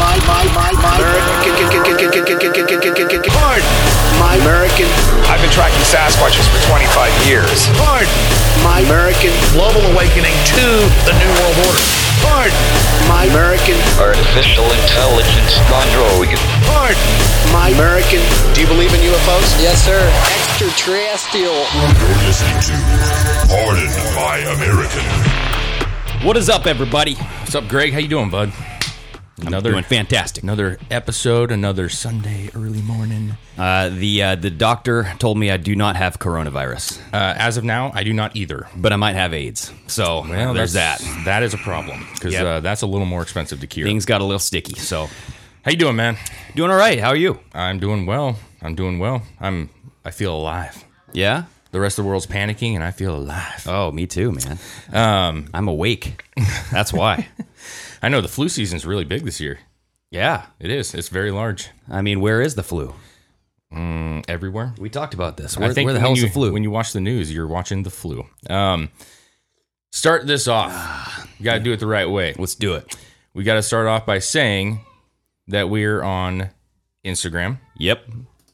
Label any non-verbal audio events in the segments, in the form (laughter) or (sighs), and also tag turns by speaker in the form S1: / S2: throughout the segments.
S1: my my my my American card. My American
S2: I've been tracking Sasquatches for 25 years.
S1: card. My American
S3: Global awakening to the New World Order.
S1: card. My American
S4: Artificial intelligence gone rogue.
S1: card. My American
S3: Do you believe in UFOs?
S5: Yes, sir. Extraterrestrial.
S6: You're listening to Pardon My American.
S7: What is up, everybody?
S8: What's up, Greg? How you doing, bud? Another
S7: Doing fantastic.
S8: another episode, another Sunday early morning.
S7: Uh, the uh, the doctor told me I do not have coronavirus,
S8: Uh, as of now, I do not either.
S7: but I might have AIDS. So
S8: Well,
S7: there's that.
S8: that's- That is a problem because
S7: Yep.
S8: uh, that's a little more expensive to cure.
S7: Things got a little sticky. So
S8: How you doing, man?
S7: doing all right. How are you?
S8: I'm doing well. I'm doing well. I'm. I feel alive.
S7: Yeah.
S8: The rest of the world's panicking, and I feel alive.
S7: Oh, me too, man. Um, I'm
S8: (laughs)
S7: awake. That's why.
S8: I know the flu season's really big this year.
S7: yeah.
S8: It is. It's very large
S7: I mean, where is the flu?
S8: everywhere.
S7: We talked about this. Where,
S8: I think
S7: where the
S8: when
S7: hell is
S8: you,
S7: the flu?
S8: When you watch the news, you're watching the flu. Um, start this
S7: (sighs)
S8: off. You got to do it the right way.
S7: Let's do it.
S8: we got to start off by saying that we're on Instagram,
S7: Yep.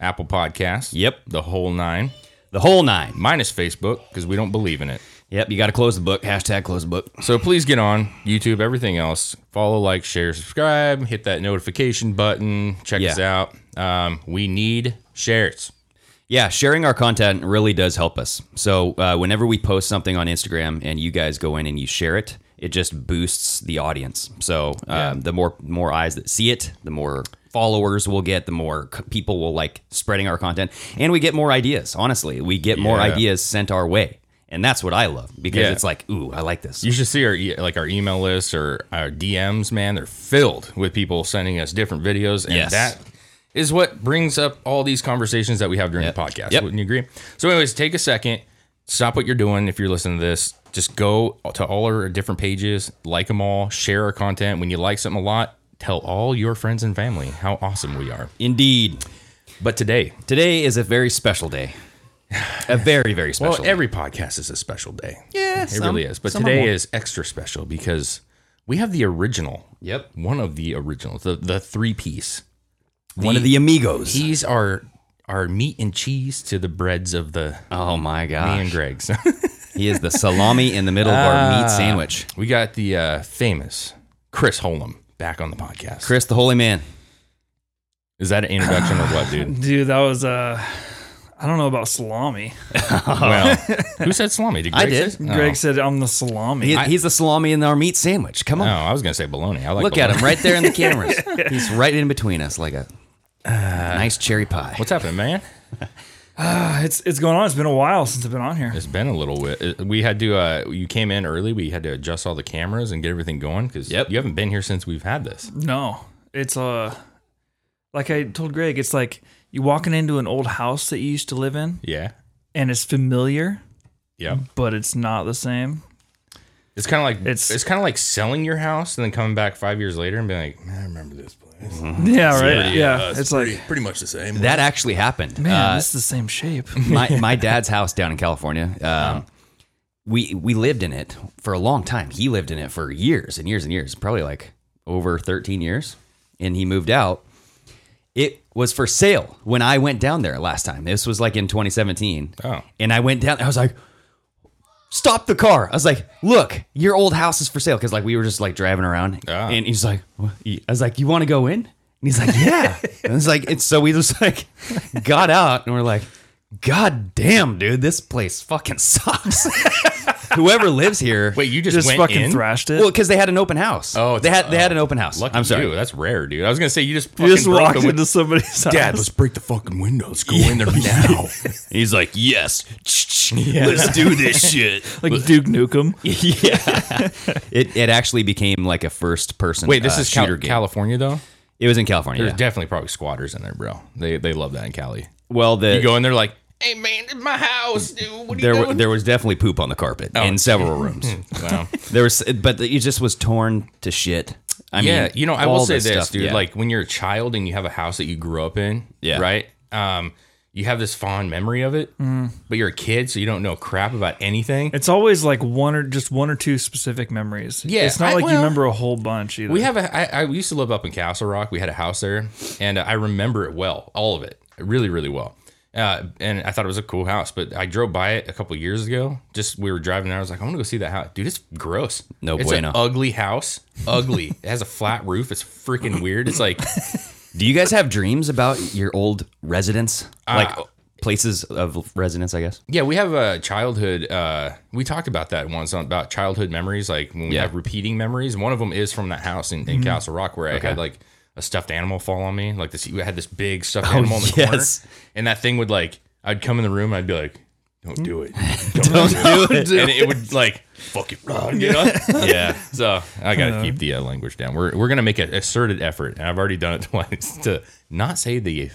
S8: Apple Podcasts,
S7: Yep.
S8: the whole nine,
S7: The whole nine.
S8: minus Facebook because we don't believe in it.
S7: Yep. You got to close the book. Hashtag close the book.
S8: So please get on YouTube, everything else. Follow, like, share, subscribe, hit that notification button, check
S7: Yeah.
S8: us out. Um, we need shares.
S7: Yeah, sharing our content really does help us. So uh, whenever we post something on Instagram and you guys go in and you share it, it just boosts the audience. So um, the more more eyes that see it, the more followers we'll get, the more c- people will like spreading our content, and we get more ideas. Honestly, we get more
S8: Yeah.
S7: ideas sent our way, and that's what I love because
S8: Yeah.
S7: it's like, ooh, I like this.
S8: You should see our e- like our email lists or our DMs, man. They're filled with people sending us different videos, and
S7: Yes.
S8: that is what brings up all these conversations that we have during the podcast.
S7: Yep.
S8: Wouldn't you agree? So, anyways, take a second, stop what you're doing if you're listening to this. Just go to all our different pages, like them all, share our content. When you like something a lot, tell all your friends and family how awesome we are.
S7: Indeed,
S8: But today,
S7: today is a very special day. A very very
S8: well,
S7: special. day.
S8: every podcast is a special day.
S7: Yeah,
S8: it
S7: some-
S8: really is. But
S7: some are
S8: today
S7: more.
S8: is extra special because we have the original.
S7: Yep.
S8: One of the originals, the the three piece.
S7: one of the amigos.
S8: These are our meat and cheese to the breads of the
S7: oh my
S8: me
S7: gosh.
S8: and Greg's.
S7: He is the salami in the middle of
S8: Ah.
S7: our meat sandwich.
S8: (laughs) we got the uh, famous Chris Holm back on the podcast.
S7: Chris, the holy man.
S8: is that an introduction or what,
S7: (laughs)
S8: dude?
S9: Dude, that was uh I don't know about salami.
S8: well, who said salami? Did Greg
S7: I did.
S8: say-
S9: Greg
S8: Oh.
S9: said I'm the salami.
S7: He- he's the salami in our meat sandwich. Come
S8: Oh,
S7: on.
S8: I was gonna say bologna. I like
S7: Look at
S8: bologna.
S7: him right there in the
S8: (laughs)
S7: cameras. he's right in between us like a nice cherry pie.
S8: Ah. What's happening, man?
S9: Uh, it's it's going on. It's been a while since I've been on here.
S8: It's been a little bit. We had to. Uh, you came in early. We had to adjust all the cameras and get everything going because
S7: Yep.
S8: you haven't been here since we've had this.
S9: No. It's uh like I told Greg, it's like you walking into an old house that you used to live in
S8: Yeah.
S9: and it's familiar,
S8: Yeah.
S9: but it's not the same.
S8: It's kind of like it's,
S9: It's-
S8: kind of like selling your house and then coming back five years later and being like, man, I remember this place.
S9: Yeah, right. Yeah.
S8: uh,
S9: it's like
S6: Pretty much the same.
S7: that actually happened.
S9: man,
S7: Uh,
S9: this is the
S8: (laughs)
S9: same shape.
S7: my, my dad's house down in California.
S8: Oh.
S7: Um, we we lived in it for a long time. He lived in it for years and years and years, probably like over 13 years, and he moved out. It was for sale when I went down there last time. This was like in 2017.
S8: Oh.
S7: And I went down I was like stop the car. I was like, "Look, your old house is for sale." Cuz like we were just like driving around
S8: Ah.
S7: and he's like, "What?" I was like, "You want to go in?" And he's like,
S8: (laughs)
S7: "Yeah." and it's like it's so we just like got out and we're like, "God damn, dude, this place fucking sucks." (laughs) Whoever lives here
S8: Wait, you just,
S9: Just
S8: went
S9: fucking
S8: in?
S9: thrashed it.
S7: well, because they had an open house.
S8: Oh, it's-
S7: they had they had an open house.
S8: Lucky
S7: I'm sorry.
S8: you. That's rare, dude. I was gonna say you just
S9: you
S8: fucking
S9: just
S8: broke
S9: walked
S8: the win-
S9: into somebody's house.
S6: break the fucking windows. Go in there
S9: (laughs)
S6: now.
S7: He's like,
S8: (laughs)
S7: yes, let's do this shit.
S9: like Duke Nukem.
S7: yeah, it it actually became like a first person.
S8: Wait, this
S7: uh,
S8: is Cal-
S7: shooter game.
S8: California though.
S7: it was in California.
S8: There's
S7: yeah.
S8: definitely probably squatters in there, bro. They they love that in Cali.
S7: well, the
S8: You go in there like, hey man, it's my house, dude. What are
S7: there
S8: you Oh, Hmm.
S7: wa-
S8: doing?
S7: there was definitely poop on the carpet in several rooms.
S8: wow.
S7: there was, but the, it just was torn to shit. I
S8: yeah,
S7: mean,
S8: you know, I
S7: all
S8: will say this,
S7: stuff,
S8: dude.
S7: yeah.
S8: Like when you're a child and you have a house that you grew up in,
S7: Yeah.
S8: right? Um, you have this fond memory of it,
S9: Mm.
S8: but you're a kid, so you don't know crap about anything.
S9: It's always like one or just one or two specific memories.
S8: Yeah,
S9: it's not
S8: I-
S9: like
S8: well,
S9: you remember a whole bunch either.
S8: We have a. I, I we used to live up in Castle Rock. We had a house there, and I remember it well, all of it, really, really well. Uh, and I thought it was a cool house, but I drove by it a couple years ago. Just we were driving there. I was like, I want to go see that house, dude. It's gross.
S7: No
S8: it's
S7: bueno.
S8: An ugly house. Ugly. it has a flat roof. It's freaking weird. It's like
S7: Do you guys have dreams about your old residence, like
S8: Uh,
S7: places of residence? I guess.
S8: Yeah, we have a childhood. Uh, we talked about that once on, about childhood memories, like when we
S7: Yeah. Mm-hmm.
S8: have repeating memories. One of them is from that house in, in Castle Rock where I had like a stuffed animal fall on me. Like this, I had this big stuffed animal in the
S7: Oh, yes.
S8: corner, and that thing would like. I'd come in the room, I'd be like, "Don't do
S7: (laughs)
S8: it,"
S7: Don't do it.
S8: and it would like, "Fuck it, run," you
S7: (laughs)
S8: know? yeah. So I gotta
S7: Uh-huh.
S8: keep the uh, language down. We're we're gonna make an asserted effort, and I've already done it (laughs) twice to not say the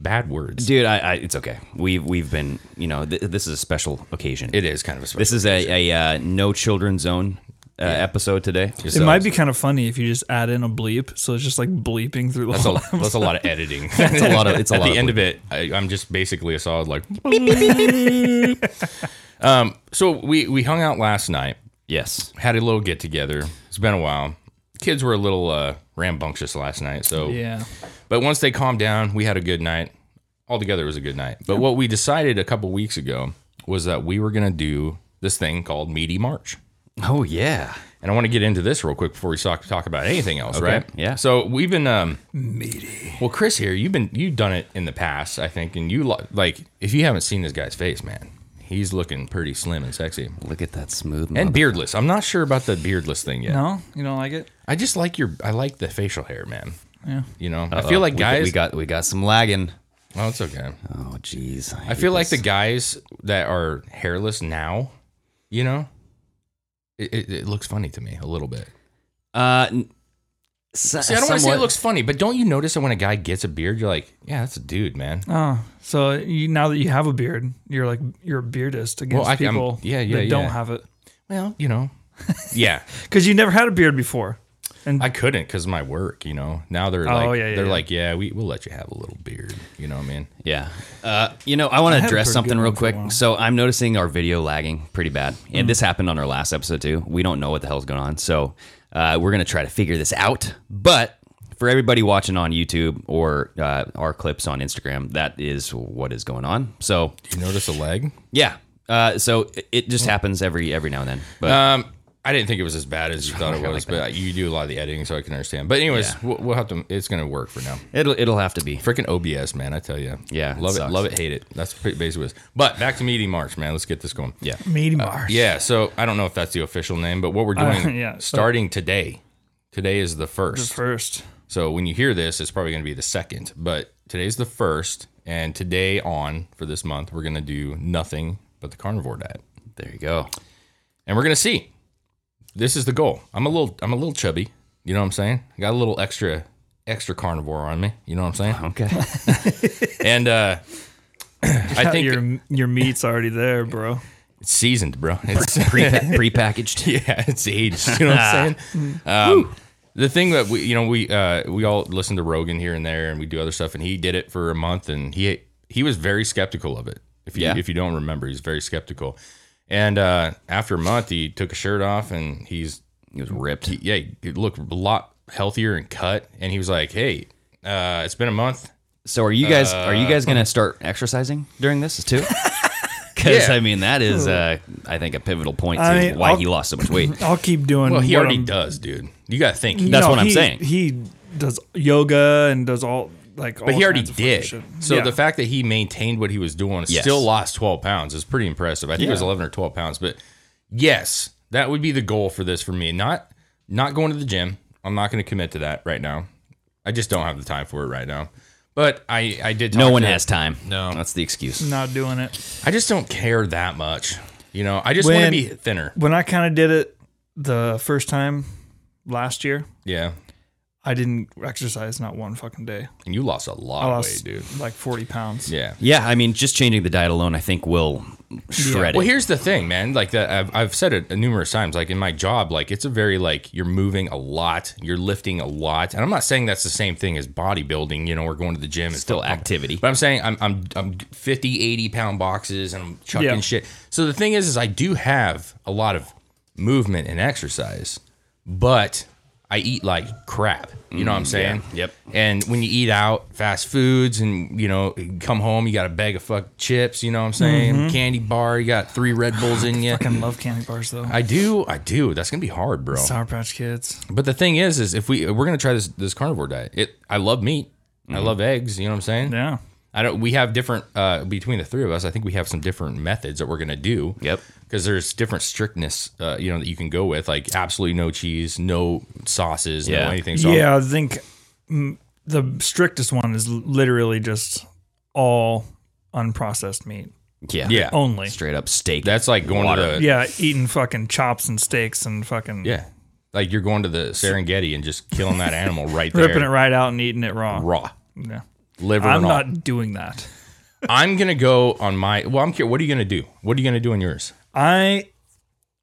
S8: bad words.
S7: Dude, I, I, it's okay. We've we've been, you know, th- this is a special occasion.
S8: It is kind of a special
S7: This is a, a uh, no children zone uh, episode today.
S9: it might be kind of funny if you just add in a bleep, so it's just like bleeping through.
S8: That's
S9: all.
S8: a, that's a lot of editing. That's
S7: a lot of- (laughs) it's
S8: (laughs)
S7: a
S8: At
S7: lot
S8: the
S7: of
S8: end of it, I, I'm just basically a solid like. (laughs) um. So we we hung out last night,
S7: yes.
S8: had a little get together. It's been a while. Kids were a little uh, rambunctious last night, so
S9: (laughs) yeah.
S8: but once they calmed down, we had a good night. Altogether, it was a good night. But what we decided a couple weeks ago was that we were gonna do this thing called Meaty March.
S7: Oh yeah.
S8: And I want to get into this real quick before we talk, talk about anything else, right?
S7: yeah.
S8: So we've been um, meaty. Well, Chris here, you've been you've done it in the past, I think, and you lo- like if you haven't seen this guy's face, man, he's looking pretty slim and sexy
S7: Look at that smooth.
S8: and
S7: mother-
S8: beardless. I'm not sure about the beardless thing yet.
S9: No, you don't like it.
S8: I just like your I like the facial hair, man.
S9: Yeah.
S8: You know, I
S7: Uh-oh.
S8: feel like
S7: We-
S8: guys.
S7: we, got we got some lagging.
S8: oh, it's okay.
S7: Oh jeez.
S8: I feel like the guys that are hairless now, you know, it, it, it looks funny to me a little bit.
S7: the uh. n- so-
S8: See, I don't want to say it
S7: somewhat-
S8: looks funny, but don't you notice that when a guy gets a beard, you're like, yeah, that's a dude, man.
S9: Oh, so you, now that you have a beard, you're like you're a beardist against
S8: I- I'm-
S9: people
S8: yeah, yeah,
S9: that don't
S8: yeah.
S9: have it
S8: Well, you know, yeah,
S9: because you never had a beard before. And
S8: I couldn't because my work. You know, now they're
S9: Oh,
S8: like,
S9: yeah, yeah,
S8: they're
S9: yeah.
S8: like, yeah, we will let you have a little beard. You know what I mean?
S7: Yeah. Uh, you know, I want to
S9: had a
S7: address
S9: pretty
S7: something
S9: good
S7: real
S9: one for a
S7: quick.
S9: while. Mm.
S7: So I'm noticing our video lagging pretty bad, and this happened on our last episode too. We don't know what the hell's going on, so uh, we're gonna try to figure this out. But for everybody watching on YouTube or uh, our clips on Instagram, that is what is going on. So
S8: You notice a leg?
S7: yeah. Uh, so it- it
S9: Mm.
S7: just happens every every now and then. But
S9: Uh,
S8: Um, I didn't think it was as bad as you thought it was, but you do a lot of the editing, so I can understand. But anyways,
S7: Yeah.
S8: we'll, we'll have to. It's gonna work for now.
S7: it'll it'll have to be.
S9: (laughs)
S8: Freaking OBS, man! I tell you,
S7: Yeah, it
S8: love it,
S7: sucks.
S8: love it, hate it. That's pretty basically what it is. But back to meeting March, man. Let's get this going.
S7: Yeah.
S9: meaty Mars.
S8: Uh, Yeah, so I don't know if that's the official name, but what we're doing
S9: Uh, (laughs) yeah, so-
S8: starting today. Today is the first.
S9: First,
S8: So when you hear this, it's probably going to be the second, but today's the first. And today on for this month, we're going to do nothing but the carnivore diet.
S7: There you go.
S8: And we're going to see. This is the goal. I'm a little I'm a little chubby, you know what I'm saying? I got a little extra extra carnivore on me, you know what I'm saying?
S7: Okay.
S8: (laughs) And uh (clears throat) I think
S9: your your meat's already there, bro.
S8: it's seasoned, bro. It's
S7: Pre
S8: (laughs)
S7: packaged.
S8: yeah, it's aged. You know (laughs) what I'm saying? Um, the thing that we, you know, we uh, we all listen to Rogan here and there, and we do other stuff, and he did it for a month, and he he was very skeptical of it. If you
S7: Yeah.
S8: if you don't remember, he's very skeptical. And uh, after a month, he took a shirt off, and he's
S7: It was ripped.
S8: yeah, he looked a lot healthier and cut. And he was like, "Hey, uh, it's been a month.
S7: So are you guys are you
S8: Uh,
S7: guys gonna start exercising during this
S8: (laughs)
S7: too? Because
S8: Yeah.
S7: I mean that is uh, I think a pivotal point to
S9: I mean,
S7: why
S9: I'll-
S7: he lost so much
S8: (laughs)
S7: weight.
S9: I'll keep doing.
S8: Well, he
S9: what
S8: already Mm-hmm.
S9: I'm-
S8: does, dude. You got to think. He
S7: That's
S9: No,
S7: what I'm
S9: he-
S7: saying.
S9: He does yoga and does all like.
S8: But he already did. So the fact that he maintained what he was doing,
S7: Yes.
S8: still lost 12 pounds, is pretty impressive. I think it was 11 or 12 pounds. But yes, that would be the goal for this for me. Not not going to the gym. I'm not going to commit to that right now. I just don't have the time for it right now. But I I did.
S7: No
S8: talk
S7: one
S8: to-
S7: has time.
S8: No.
S7: that's the excuse.
S9: not doing it.
S8: I just don't care that much. You know, I just want to
S9: When-
S8: be thinner.
S9: When I kind of did it the first time last year,
S8: Yeah.
S9: I didn't exercise not one fucking day.
S8: and you lost a lot
S9: I
S8: of weight,
S9: lost
S8: dude.
S9: like 40 pounds.
S8: Yeah.
S7: Yeah, I mean, just changing the diet alone, I think will shred
S8: Well,
S7: it.
S8: here's the thing, man. Like that, I've, I've said it numerous times. Like in my job, like it's a very like you're moving a lot, you're lifting a lot, and I'm not saying that's the same thing as bodybuilding. You know, or going to the gym. and
S7: Still
S8: fucking-
S7: activity.
S8: But I'm saying I'm I'm I'm 50, 80 pound boxes, and I'm chucking
S9: Yeah.
S8: shit. So the thing is, is I do have a lot of movement and exercise, but I eat like crap. You
S9: Mm,
S8: know what I'm saying?
S7: Yep.
S8: And when you eat out fast foods and you know come home, you got a bag of fuck chips. You know what I'm saying? Candy bar. You got three
S9: (sighs)
S8: Red Bulls in you.
S9: Mm-hmm. Fucking love candy bars though.
S8: I do, I do. That's gonna be hard, bro.
S9: Sour Patch Kids.
S8: But the thing is, is if we we're gonna try this this carnivore diet, it I love meat, I love eggs. You know what I'm saying?
S9: Mm-hmm. Yeah.
S8: I don't. We have different uh, between the three of us. I think we have some different methods that we're gonna do.
S7: Yep.
S8: Because there's different strictness, uh, you know, that you can go with, like absolutely no cheese, no sauces,
S7: Yeah.
S8: no anything. So
S9: yeah, I think mm, the strictest one is l- literally just all unprocessed meat
S7: yeah,
S8: yeah,
S9: only.
S7: straight up steak.
S8: that's like going
S7: Water.
S8: to the yeah.
S9: Oh. Yeah, eating fucking chops and steaks and fucking
S8: like you're going to the Serengeti and just killing that animal right there,
S9: (laughs) ripping it right out and eating it raw.
S8: raw,
S9: Yeah.
S8: liver.
S9: I'm
S8: and all.
S9: not (laughs) doing that.
S8: I'm gonna go on my. Well, I'm curious. What are you gonna do? What are you gonna do on yours?
S9: I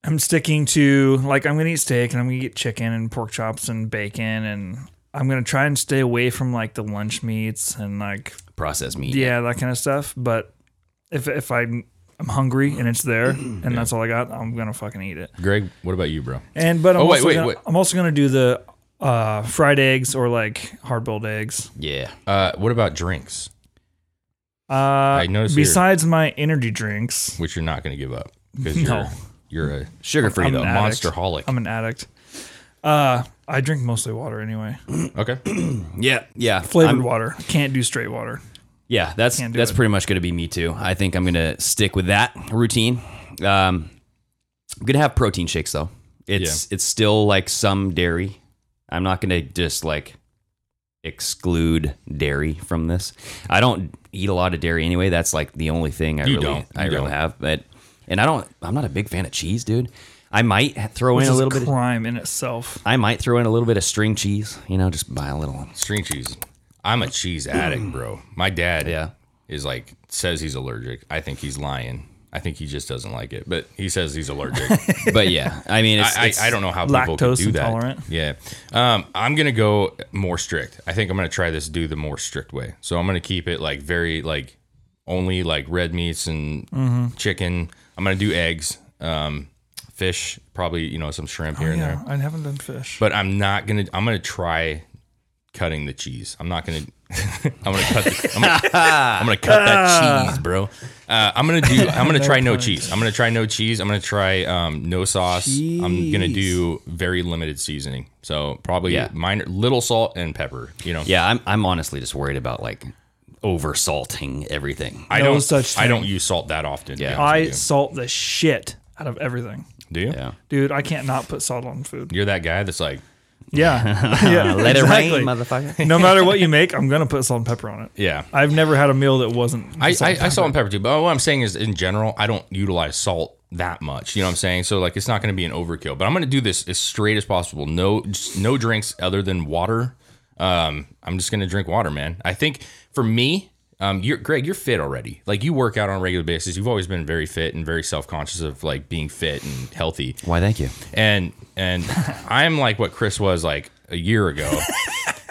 S9: am sticking to like I'm gonna eat steak and I'm gonna eat chicken and pork chops and bacon and I'm gonna try and stay away from like the lunch meats and like
S7: processed meat.
S9: yeah that kind of stuff. But if if I'm I'm hungry and
S8: (clears throat)
S9: it's there and that's all I got, I'm gonna fucking eat it.
S8: Greg, what about you, bro?
S9: And but I'm,
S8: Oh, wait,
S9: also
S8: wait,
S9: gonna,
S8: wait.
S9: I'm also gonna do the uh, fried eggs or like hard boiled eggs.
S7: yeah.
S8: Uh, what about drinks,
S9: Uh,
S8: noticed you're-
S9: besides my energy drinks,
S8: which you're not gonna give up because
S9: (laughs) No.
S8: you're you're a
S7: Sugar free
S9: I'm
S7: though.
S9: an addict.
S8: monster holic.
S9: I'm an addict. Uh, I drink mostly water anyway,
S8: Okay.
S7: Yeah, yeah.
S9: flavored
S7: I'm-
S9: water. Can't do straight water.
S7: Yeah, that's
S9: Can't do
S7: that's
S9: it.
S7: pretty much going to be me too. I think I'm going to stick with that routine. Um, I'm going to have protein shakes though. It's it's still like some dairy. I'm not going to just like exclude dairy from this. I don't eat a lot of dairy anyway. That's like the only thing I
S8: You
S7: really
S8: don't.
S7: I
S8: You
S7: really
S8: don't.
S7: have. But and I don't. I'm not a big fan of cheese, dude. I might throw
S9: Which
S7: in a
S9: is
S7: little bit. Of,
S9: crime in itself.
S7: I might throw in a little bit of string cheese. You know, just buy a little one.
S8: string cheese. I'm a cheese
S9: Mm.
S8: addict, bro. My dad
S7: Yeah.
S8: is like says he's allergic. I think he's lying. I think he just doesn't like it, but he says he's
S9: (laughs)
S8: allergic.
S7: But yeah, I mean,
S8: (laughs)
S7: it's,
S8: I,
S7: it's-
S8: I, I don't know how people can
S9: Lactose
S8: do that.
S9: intolerant.
S8: Yeah, um, I'm gonna go more strict. I think I'm gonna try this do the more strict way. So I'm gonna keep it like very like only like red meats and
S9: Mm-hmm.
S8: chicken. I'm gonna do eggs, um, fish, probably you know some shrimp here and there.
S9: Oh, Yeah, I haven't done fish.
S8: but I'm not gonna. I'm gonna try cutting the cheese. I'm not gonna. (laughs) I'm gonna cut. The, I'm, gonna, I'm gonna cut
S9: Ah.
S8: that cheese, bro. Uh, I'm gonna do. I'm gonna try no cheese. I'm gonna try no cheese. I'm gonna try um, no sauce. I'm gonna do very limited seasoning. So probably
S7: Yeah.
S8: minor, little salt and pepper. You know.
S7: Yeah, I'm I'm honestly just worried about like over salting everything.
S8: I
S9: No
S8: don't.
S9: such
S8: I don't use salt that often.
S7: Yeah.
S8: Yeah.
S9: I salt the shit out of everything,
S8: do you?
S7: Yeah.
S9: dude. I can't not put salt
S8: (laughs)
S9: on food.
S8: You're that guy that's like. (laughs)
S9: Yeah, yeah.
S7: Let it rain,
S9: exactly.
S7: motherfucker.
S9: (laughs) No matter what you make, I'm gonna put salt and pepper on it.
S8: Yeah.
S9: I've never had a meal that wasn't.
S8: I, I, I salt and pepper too, but what I'm saying is, in general, I don't utilize salt that much. You know what I'm saying? So like, it's not going to be an overkill. But I'm going to do this as straight as possible. No, just no drinks other than water. Um, I'm just going to drink water, man. I think for me, um, you're Greg, you're fit already. Like you work out on a regular basis. You've always been very fit and very self conscious of like being fit and healthy
S7: Why? Thank you.
S8: and and I'm like what Chris was like a year ago,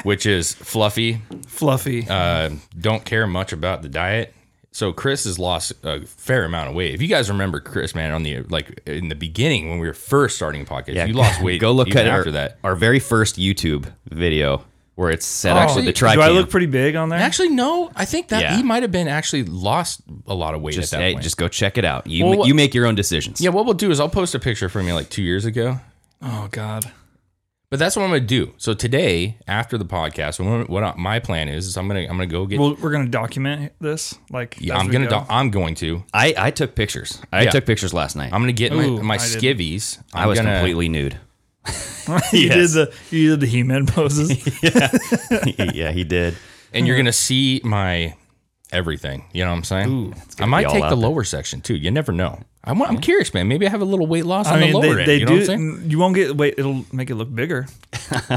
S8: which is fluffy,
S9: fluffy.
S8: uh, don't care much about the diet. So Chris has lost a fair amount of weight. If you guys remember Chris, man, on the like in the beginning when we were first starting a podcast, you lost weight.
S7: (laughs) Go look
S8: even
S7: at
S8: after
S7: our,
S8: that.
S7: our very first YouTube video where it's set up with
S8: actually,
S7: the
S9: Oh, Do
S7: tripod.
S9: I look pretty big on there?
S8: Actually, no. I think that
S7: Yeah.
S8: he might have been actually lost a lot of weight
S7: just
S8: at that
S7: hey,
S8: point.
S7: just go check it out. You
S8: Well, what-
S7: you make your own decisions.
S8: yeah, what we'll do is I'll post a picture from me like two years ago.
S9: oh God.
S8: But that's what I'm gonna do. So today, after the podcast, what, what I- my plan is is I'm gonna I'm gonna go get.
S9: Well, we're gonna document this. Like,
S8: Yeah,
S9: as
S8: I'm
S9: we
S8: gonna
S9: go.
S8: do- I'm going to
S7: I, I took pictures. I
S8: Yeah.
S7: took pictures last night.
S8: I'm gonna get my,
S9: Ooh,
S8: my
S9: I didn't.
S8: skivvies. I'm
S7: I was
S8: gonna, (laughs)
S7: completely nude.
S9: (laughs) you
S7: Yes.
S9: did the you did the He-Man poses.
S7: yeah, he did.
S8: and
S7: Mm-hmm.
S8: you're gonna see my everything. You know what I'm saying? I
S7: be
S8: might
S7: all
S8: take the
S7: out there.
S8: lower section too. You never know. I'm, I'm curious, man. Maybe I have a little weight loss (laughs)
S9: I
S8: on
S9: mean,
S8: the
S9: they,
S8: lower end.
S9: they
S8: you know
S9: do.
S8: what I'm saying?
S9: You won't get wait. It'll make it look bigger.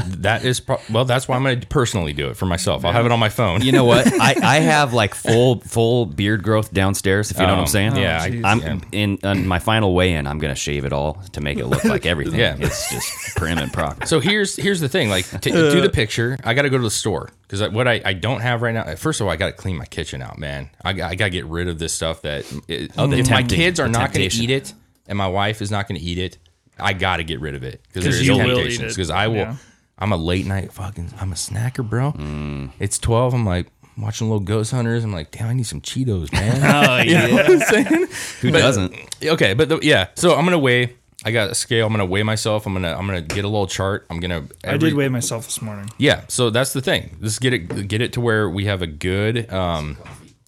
S8: that is pro- well. That's why I'm going to personally do it for myself. I'll have it on my phone.
S7: You know
S8: (laughs)
S7: what? I, I have like full full beard growth downstairs. If you know what I'm
S8: Um,
S7: saying.
S8: yeah,
S9: Oh,
S8: I-
S9: geez.
S7: I'm
S8: yeah.
S7: in on my final weigh in. I'm gonna shave it all to make it look like
S8: (laughs)
S7: everything.
S8: Yeah.
S7: it's just prim and proper.
S8: So here's here's the thing. Like to do the picture, I got to go to the store because what I, I don't have right now. First of all, I got to clean my kitchen out, man. I got, I got to get rid of this stuff that it,
S9: Mm,
S8: if my
S7: tempting-
S8: kids are
S7: the
S8: not going to
S7: temptation.
S8: eat it and my wife is not going to eat it, I got to get rid of it because
S9: 'Cause
S8: there's
S9: you will eat
S8: temptations.
S9: it.
S8: Because I will.
S9: Yeah.
S8: I'm a late night fucking. I'm a snacker, bro.
S9: Mm.
S8: It's twelve. I'm like watching little Ghost Hunters. I'm like, damn, I need some Cheetos, man.
S9: (laughs)
S8: (laughs)
S9: Oh, yeah.
S8: I'm saying?
S7: Who
S8: But-
S7: doesn't?
S8: Okay, but the, yeah. So I'm gonna weigh. I got a scale. I'm gonna weigh myself. I'm gonna I'm gonna get a little chart. I'm gonna.
S9: I
S8: every-
S9: did weigh myself this morning.
S8: Yeah. So that's the thing. Let's get it get it to where we have a good. Um,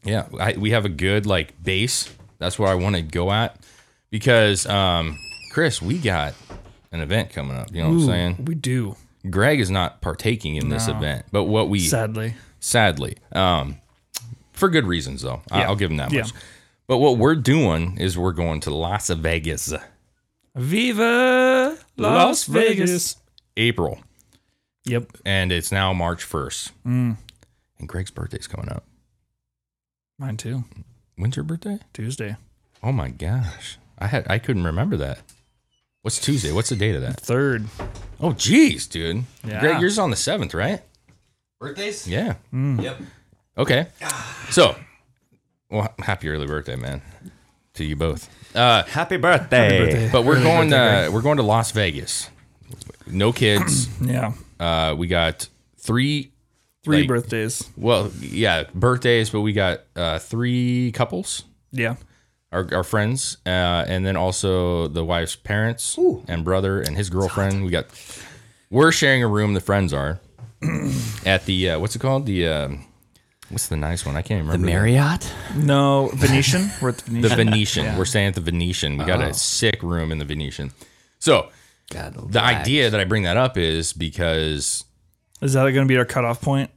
S8: yeah, I, we have a good like base. That's where I want to go at because um, Chris, we got an event coming up. You know what I'm saying?
S9: We do,
S8: Greg is not partaking in this event, but what we
S9: sadly.
S8: sadly. Um, for good reasons, though. I-
S9: Yeah.
S8: I'll give him that
S9: Yeah.
S8: much. But what we're doing is we're going to Las Vegas,
S9: Viva Las Vegas.
S8: April,
S9: Yep.
S8: and it's now March 1st. And Greg's birthday's coming up.
S9: Mine too.
S8: When's your birthday?
S9: Tuesday.
S8: Oh my gosh. I had I couldn't remember that. What's Tuesday? What's the date of that?
S9: Third.
S8: Oh geez, dude.
S9: Yeah.
S8: Greg, yours is on the seventh, right?
S7: Birthdays?
S8: Yeah.
S7: Yep. Ah.
S8: Okay. So well, happy early birthday, man. To you both.
S7: Happy birthday.
S8: But we're going to we're going to Las Vegas. No kids.
S9: Yeah.
S8: uh, we got three.
S9: Three
S8: Like-
S9: birthdays.
S8: Well, yeah, birthdays, but we got uh, three couples,
S9: Yeah.
S8: our, our friends, uh, and then also the wife's parents and brother and his girlfriend. We got. We're sharing a room. The friends are (clears throat) at the uh, what's it called? The um, what's the nice one? I can't remember.
S7: Marriott?
S9: No, Venetian. We're at the
S8: The
S9: Venetian.
S8: Venetian. We're staying at the Venetian. We got a sick room in the Venetian. So
S7: God,
S8: the idea that I bring that up is because
S9: Is that going to be our cutoff point?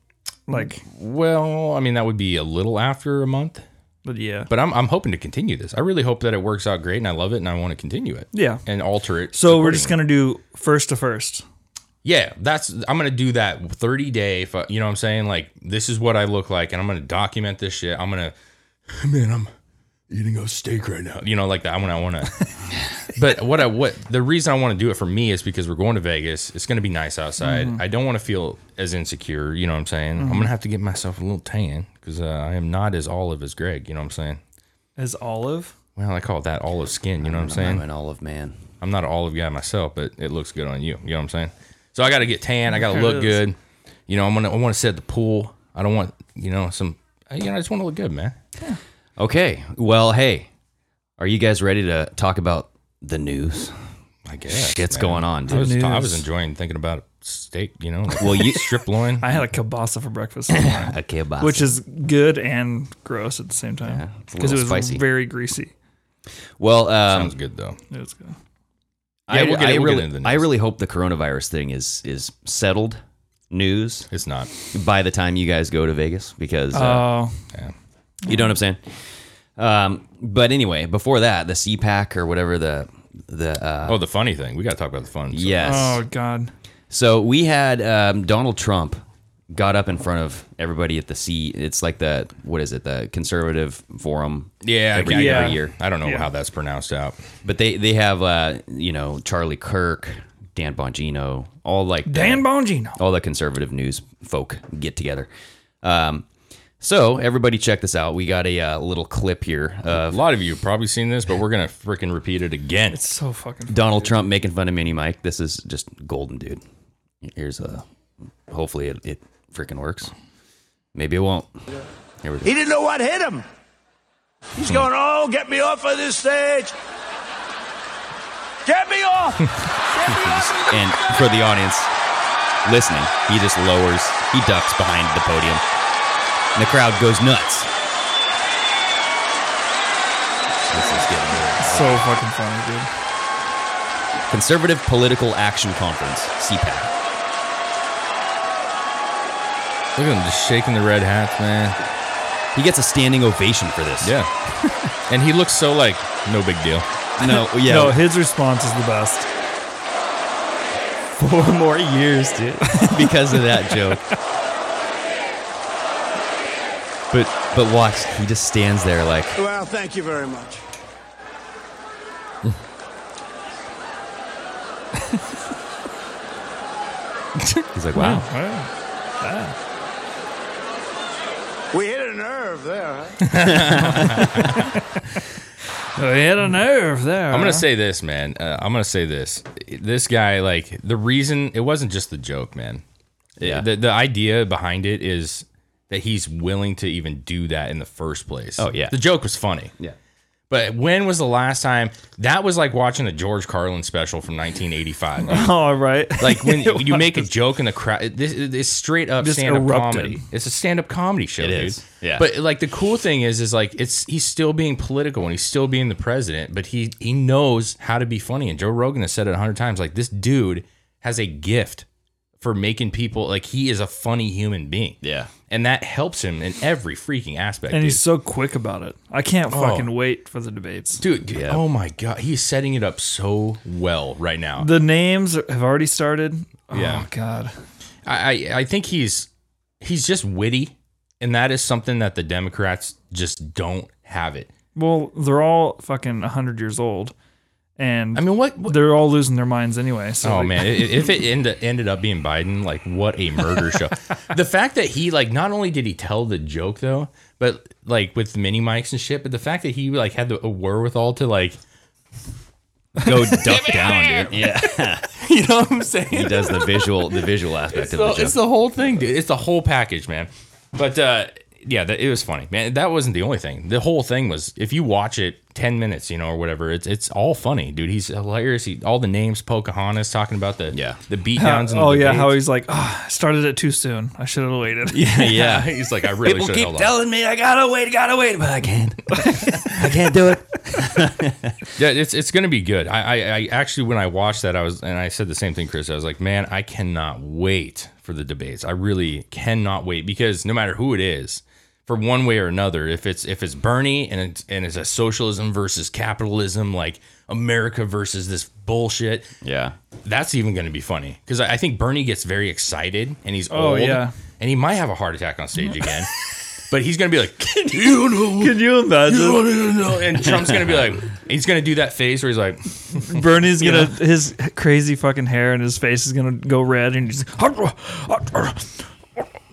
S9: Like,
S8: well, I mean that would be a little after a month.
S9: but yeah.
S8: But I'm, I'm hoping to continue this. I really hope that it works out great and I love it and I want to continue it.
S9: Yeah.
S8: And alter it.
S9: So we're just
S8: accordingly.
S9: going to do first to first.
S8: Yeah, that's I'm going to do that 30 day fu- you know what I'm saying? Like this is what I look like and I'm going to document this shit. I'm going to (sighs) man, I'm eating a steak right now. You know, like that when I
S9: (laughs)
S8: want to But what I what the reason I want to do it for me is because we're going to Vegas. It's going to be nice outside.
S9: Mm-hmm.
S8: I don't want to feel as insecure, you know what I'm saying? I'm going to have to get myself a little tan cuz uh, I am not as olive as Greg, you know what I'm saying?
S9: As olive.
S8: Well, I call that olive skin. You know what I'm
S7: I'm
S8: saying?
S7: an olive man.
S8: I'm not an olive guy myself, but it looks good on you. You know what I'm saying? So I got to get tan. I got to look
S9: is.
S8: good. You know, I'm gonna. I want to sit at the pool. I don't want. You know, some. You know, I just want to look good, man.
S7: Okay. Well, hey, are you guys ready to talk about the news?
S8: I guess
S7: Shit's
S8: man.
S7: going on,
S8: I was,
S7: dude.
S8: I
S9: news.
S8: was enjoying thinking about steak. You know, like
S7: Well,
S8: (laughs)
S7: you-
S8: strip loin.
S9: I had a kielbasa for breakfast, this morning,
S7: Okay, boss.
S9: which is good and gross at the same time
S7: Yeah, it's a
S9: because
S7: little
S9: it was
S7: spicy.
S9: very greasy.
S7: well, um,
S8: Sounds good though.
S9: It was good.
S8: Yeah, we'll get-
S7: I,
S8: we'll get
S7: really,
S8: into the
S7: I
S8: news.
S7: really hope the coronavirus thing is is settled news
S8: It's not.
S7: by the time you guys go to Vegas because uh,
S9: Oh,
S7: You know what I'm saying? Um, but anyway, before that, the CPAC or whatever the the uh,
S8: Oh, the funny thing. We got to talk about the fun. So-
S7: yes.
S9: oh God.
S7: So we had um, Donald Trump got up in front of everybody at the C. It's like the what is it? The conservative forum.
S8: Yeah.
S7: every,
S8: I,
S7: every
S9: yeah.
S7: year.
S8: I don't know
S9: Yeah.
S8: how that's pronounced out.
S7: But they they have uh, you know Charlie Kirk, Dan Bongino, all like
S9: Dan Bongino.
S7: all the conservative news folk get together. Um, so everybody check this out. We got a uh, little clip here
S8: A
S7: of
S8: lot of you have probably seen this, but we're gonna freaking repeat it again.
S9: It's so fucking.
S7: Donald Trump making fun of Mini Mike. This is just golden, dude. Here's a. Hopefully it, it freaking works. Maybe it won't. Here we go.
S1: He didn't know what hit him. He's going, oh, get me off of this stage. Get me
S10: (laughs)
S1: off. Get me off of this
S7: And for the audience listening, he just lowers, he ducks behind the podium. And the crowd goes nuts. This is getting weird.
S9: So fucking funny, dude.
S7: Conservative Political Action Conference, CPAC.
S8: Look at him just shaking the red hats, man.
S7: He gets a standing ovation for this.
S8: Yeah. and he looks so like, no big deal.
S7: No, yeah.
S9: No, his response is the best.
S7: Four more years, dude, (laughs) because of that joke. But but watch, he just stands there like
S1: Well, thank you very much.
S7: he's like, wow,
S9: Wow.
S1: We hit a nerve there. Huh?
S9: They hit Oh, a nerve there.
S8: I'm gonna say this, man. Uh, I'm gonna say this. This guy, like, the reason it wasn't just the joke, man.
S7: Yeah.
S8: The the idea behind it is that he's willing to even do that in the first place.
S7: Oh, yeah.
S8: The joke was funny.
S7: yeah,
S8: But when was the last time that was like watching a George Carlin special from
S7: (laughs)
S8: 1985? dude.
S9: All right.
S8: like
S9: (laughs)
S8: when you make a joke in the crowd, this is straight up
S9: Just
S8: stand up
S9: erupted.
S8: comedy. It's a stand up comedy show,
S7: It
S8: dude.
S7: is. Yeah.
S8: But like the cool thing is, is like it's he's still being political and he's still being the president, but he he knows how to be funny. And Joe Rogan has said it a hundred times. Like this dude has a gift for making people like he is a funny human being.
S7: yeah.
S8: And that helps him in every freaking aspect.
S9: and
S8: dude. Oh.
S9: he's so quick about it. I can't fucking wait for the debates.
S8: dude, dude, oh my god, he's setting it up so well right now.
S9: The names have already started. Oh,
S8: Yeah.
S9: God.
S8: I, I I think he's he's just witty, and that is something that the Democrats just don't have it.
S9: Well, they're all fucking 100 years old. And
S8: I mean, what? what
S9: they're all losing their minds anyway. So
S8: oh
S9: like,
S8: man, i- if it end, ended up being Biden, like what a murder (laughs) show! the fact that he like not only did he tell the joke though, but like with mini mics and shit, but the fact that he like had the a wherewithal to like
S7: Go duck down, dude. Yeah,
S8: (laughs) you know what I'm saying?
S7: (laughs) he does the visual the visual aspect of
S8: So
S7: the joke.
S8: it's the whole thing, dude. It's the whole package, man. But uh, yeah, that, it was funny, man. That wasn't the only thing. The whole thing was if you watch it ten minutes, you know, or whatever, it's it's all funny, dude. He's hilarious. He, all the names, Pocahontas, talking about the
S7: Yeah.
S8: the beatdowns. and
S9: oh
S8: the
S9: yeah, how
S8: (laughs) debates.
S9: he's like, oh, I started it too soon. I should have waited. Yeah,
S7: yeah.
S8: he's like I really should have held on.
S7: me I gotta wait, gotta wait, but I (laughs) can't. I can't do it.
S8: Yeah, it's it's gonna be good. I, I I actually when I watched that, I was and I said the same thing, Chris. I was like, man, I cannot wait for the debates. I really cannot wait because no matter who it is, for one way or another, if it's if it's Bernie and it's and it's a socialism versus capitalism, like America versus this bullshit,
S7: Yeah,
S8: that's even gonna be funny because I, I think Bernie gets very excited and he's
S9: Oh,
S8: old,
S9: yeah.
S8: and he might have a heart attack on
S9: (laughs)
S8: stage again. But he's gonna be like, you know,
S9: Can you imagine?
S8: and Trump's gonna be like, he's gonna do that face where he's like,
S9: (laughs) Bernie's
S8: (laughs)
S9: gonna his crazy fucking hair and his face is gonna go red, and he's (laughs)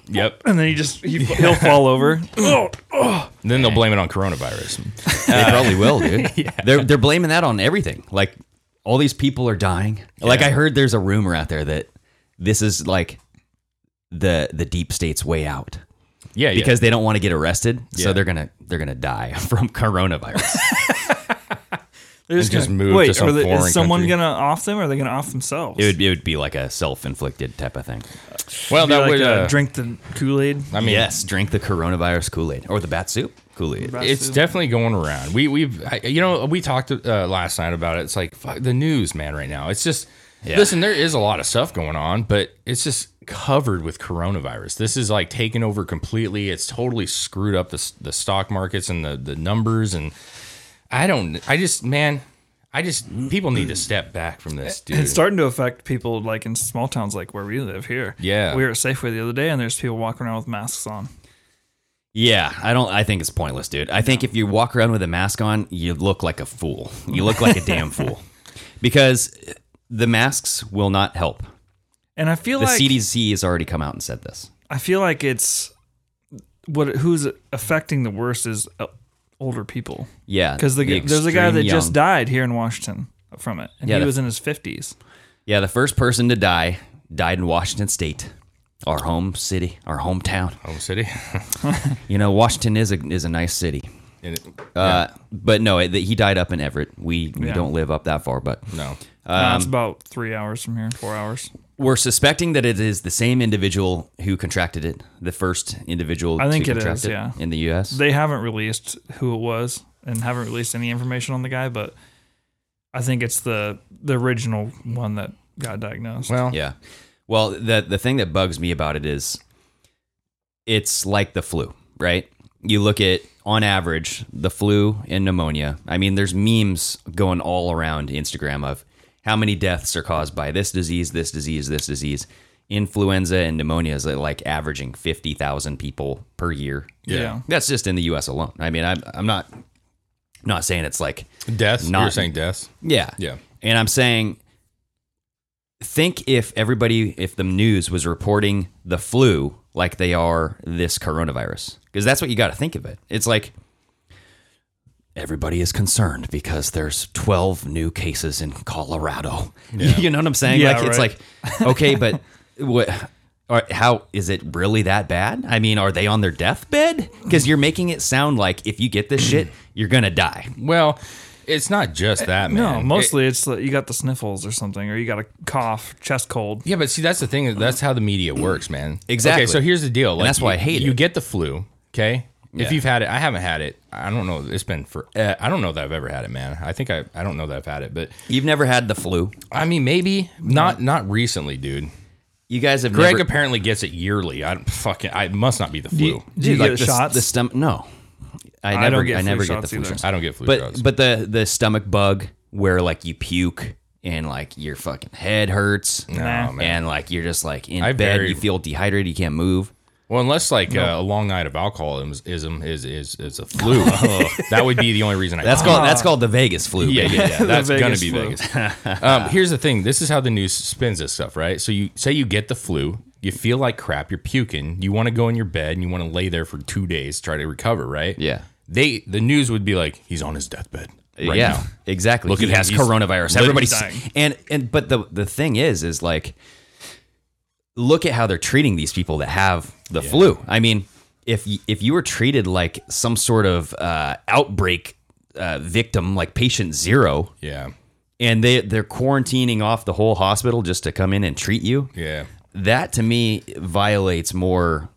S8: yep.
S9: and then he just he, he'll fall over.
S8: Then they'll blame it on coronavirus.
S7: they
S8: Uh,
S7: probably
S8: (laughs)
S7: will, dude. They're they're blaming that on everything. Like all these people are dying. Like I heard there's a rumor out there that this is like the the deep state's way out
S8: Yeah,
S7: because they don't want to get arrested, so
S8: Yeah.
S7: they're gonna they're gonna die (laughs)
S8: (laughs)
S7: from coronavirus.
S9: They're
S8: just move
S9: wait,
S8: to some
S9: are they-
S8: foreign
S9: is someone
S8: country.
S9: gonna off them? or Are they gonna off themselves?
S7: it would it would be like a self inflicted type of thing.
S8: well,
S9: Be
S8: that
S9: like,
S8: would.
S9: uh,
S8: Uh,
S9: drink the Kool Aid.
S8: I mean,
S7: yes, drink the coronavirus Kool Aid or the bat soup Kool Aid.
S8: it's definitely going around. We we've I, you know we talked uh, last night about it. It's like fuck, the news, man. Right now, it's just listen. There is a lot of stuff going on, but it's just covered with coronavirus. This is like taken over completely. It's totally screwed up the s- the stock markets and the the numbers and I don't. I just man. I just people need to step back from this, dude.
S9: It's starting to affect people like in small towns like where we live here.
S8: Yeah.
S9: we were at Safeway the other day, and there's people walking around with masks on.
S7: Yeah, I don't. I think it's pointless, dude. I think if you walk around with a mask on, you look like a fool. You look like a
S9: (laughs)
S7: damn fool because the masks will not help.
S9: And I feel
S7: The
S9: like
S7: CDC has already come out and said this.
S9: I feel like it's what who's affecting the worst is uh, older people
S7: Yeah,
S9: because the,
S7: the
S9: there's a guy that
S7: extreme
S9: just
S7: young.
S9: died here in Washington from it, and
S7: Yeah,
S9: he
S7: the-
S9: was in his fifties.
S7: Yeah, the first person to die died in Washington State, our home city, our hometown.
S8: Home city. (laughs)
S7: You know, Washington is a is a nice city.
S8: And it-
S7: Uh, But no, it, he died up in Everett. We we
S9: Yeah.
S7: don't live up that far, but
S8: no.
S9: it's
S8: Um,
S9: about three hours from here, four hours.
S7: we're suspecting that it is the same individual who contracted it, the first individual
S9: I think
S7: to
S9: it
S7: contract
S9: is, yeah.
S7: in the U.S.
S9: They haven't released who it was and haven't released any information on the guy, but I think it's the the original one that got diagnosed.
S8: Well,
S7: yeah. Well, the the thing that bugs me about it is it's like the flu, right? You look at on average the flu and pneumonia. I mean, there's memes going all around Instagram of how many deaths are caused by this disease, this disease, this disease. Influenza and pneumonia is like averaging 50,000 people per year.
S9: Yeah.
S7: That's just in the US alone. I mean, I'm, I'm not not saying it's like
S8: Deaths.
S7: Not-
S8: You're saying deaths.
S7: yeah.
S8: Yeah.
S7: And I'm saying, think if everybody, if the news was reporting the flu like they are this coronavirus, because that's what you got to think of it. It's like everybody is concerned because there's 12 new cases in Colorado. (laughs) you know what I'm saying?
S9: Yeah,
S7: like, it's
S9: right.
S7: like, okay, but (laughs) what? Are, how is it really that bad? I mean, are they on their deathbed? Because you're making it sound like if you get this shit, you're gonna die.
S8: Well, it's not just that, man.
S9: No, mostly it's that you got the sniffles or something, or you got a cough, chest cold.
S8: Yeah, but see, that's the thing. is That's how the media works, man. (clears throat)
S7: Exactly.
S8: Okay, so here's the deal.
S7: And that's why I
S8: you-
S7: hate
S8: You
S7: it.
S8: get the flu, okay?
S7: Yeah.
S8: If you've had it, I haven't had it. I don't know. It's been for. Uh, I don't know that I've ever had it, man. I think I. I don't know that I've had it, but
S7: You've never had the flu.
S8: I mean, maybe not. Not recently, dude.
S7: You guys have
S8: Greg
S7: never,
S8: apparently gets it yearly. I don't- fucking. I it must not be the flu.
S9: you- Do get
S7: the, s-
S9: shots?
S7: The stomach? No, I never. I,
S9: don't get flu
S7: never get the
S9: shots
S7: flu
S9: either.
S7: shots.
S8: I don't get flu
S7: but
S8: shots.
S7: but the the stomach bug where like you puke and like your fucking head hurts.
S9: Nah.
S8: man.
S7: And like you're just like in
S8: I
S7: bed,
S8: very-
S7: you feel dehydrated, you can't move.
S8: Well, unless like uh, a long night of alcoholism is is is a
S7: (laughs)
S8: flu. that would be the only reason. I
S9: Ah.
S7: That's called that's called the Vegas flu.
S8: Yeah,
S9: (laughs)
S8: yeah,
S7: (laughs)
S8: yeah. That's
S9: The
S8: gonna
S9: Vegas
S8: be
S9: flu.
S8: Vegas. um, here's the thing. This is how the news spins this stuff, right? So you say you get the flu, you feel like crap, you're puking, you want to go in your bed and you want to lay there for two days, try to recover, right?
S7: Yeah.
S8: They the news would be like, he's on his deathbed. Right
S7: yeah,
S8: now.
S7: exactly.
S8: Look
S7: he
S8: at him.
S7: has
S8: He's
S7: coronavirus.
S8: literally
S7: Everybody's
S9: dying.
S7: and and but the the thing is, is like, look at how they're treating these people that have the flu. I mean, if y- if you were treated like some sort of uh, outbreak uh, victim, like patient zero,
S8: Yeah.
S7: and they they're quarantining off the whole hospital just to come in and treat you,
S8: Yeah.
S7: that to me violates more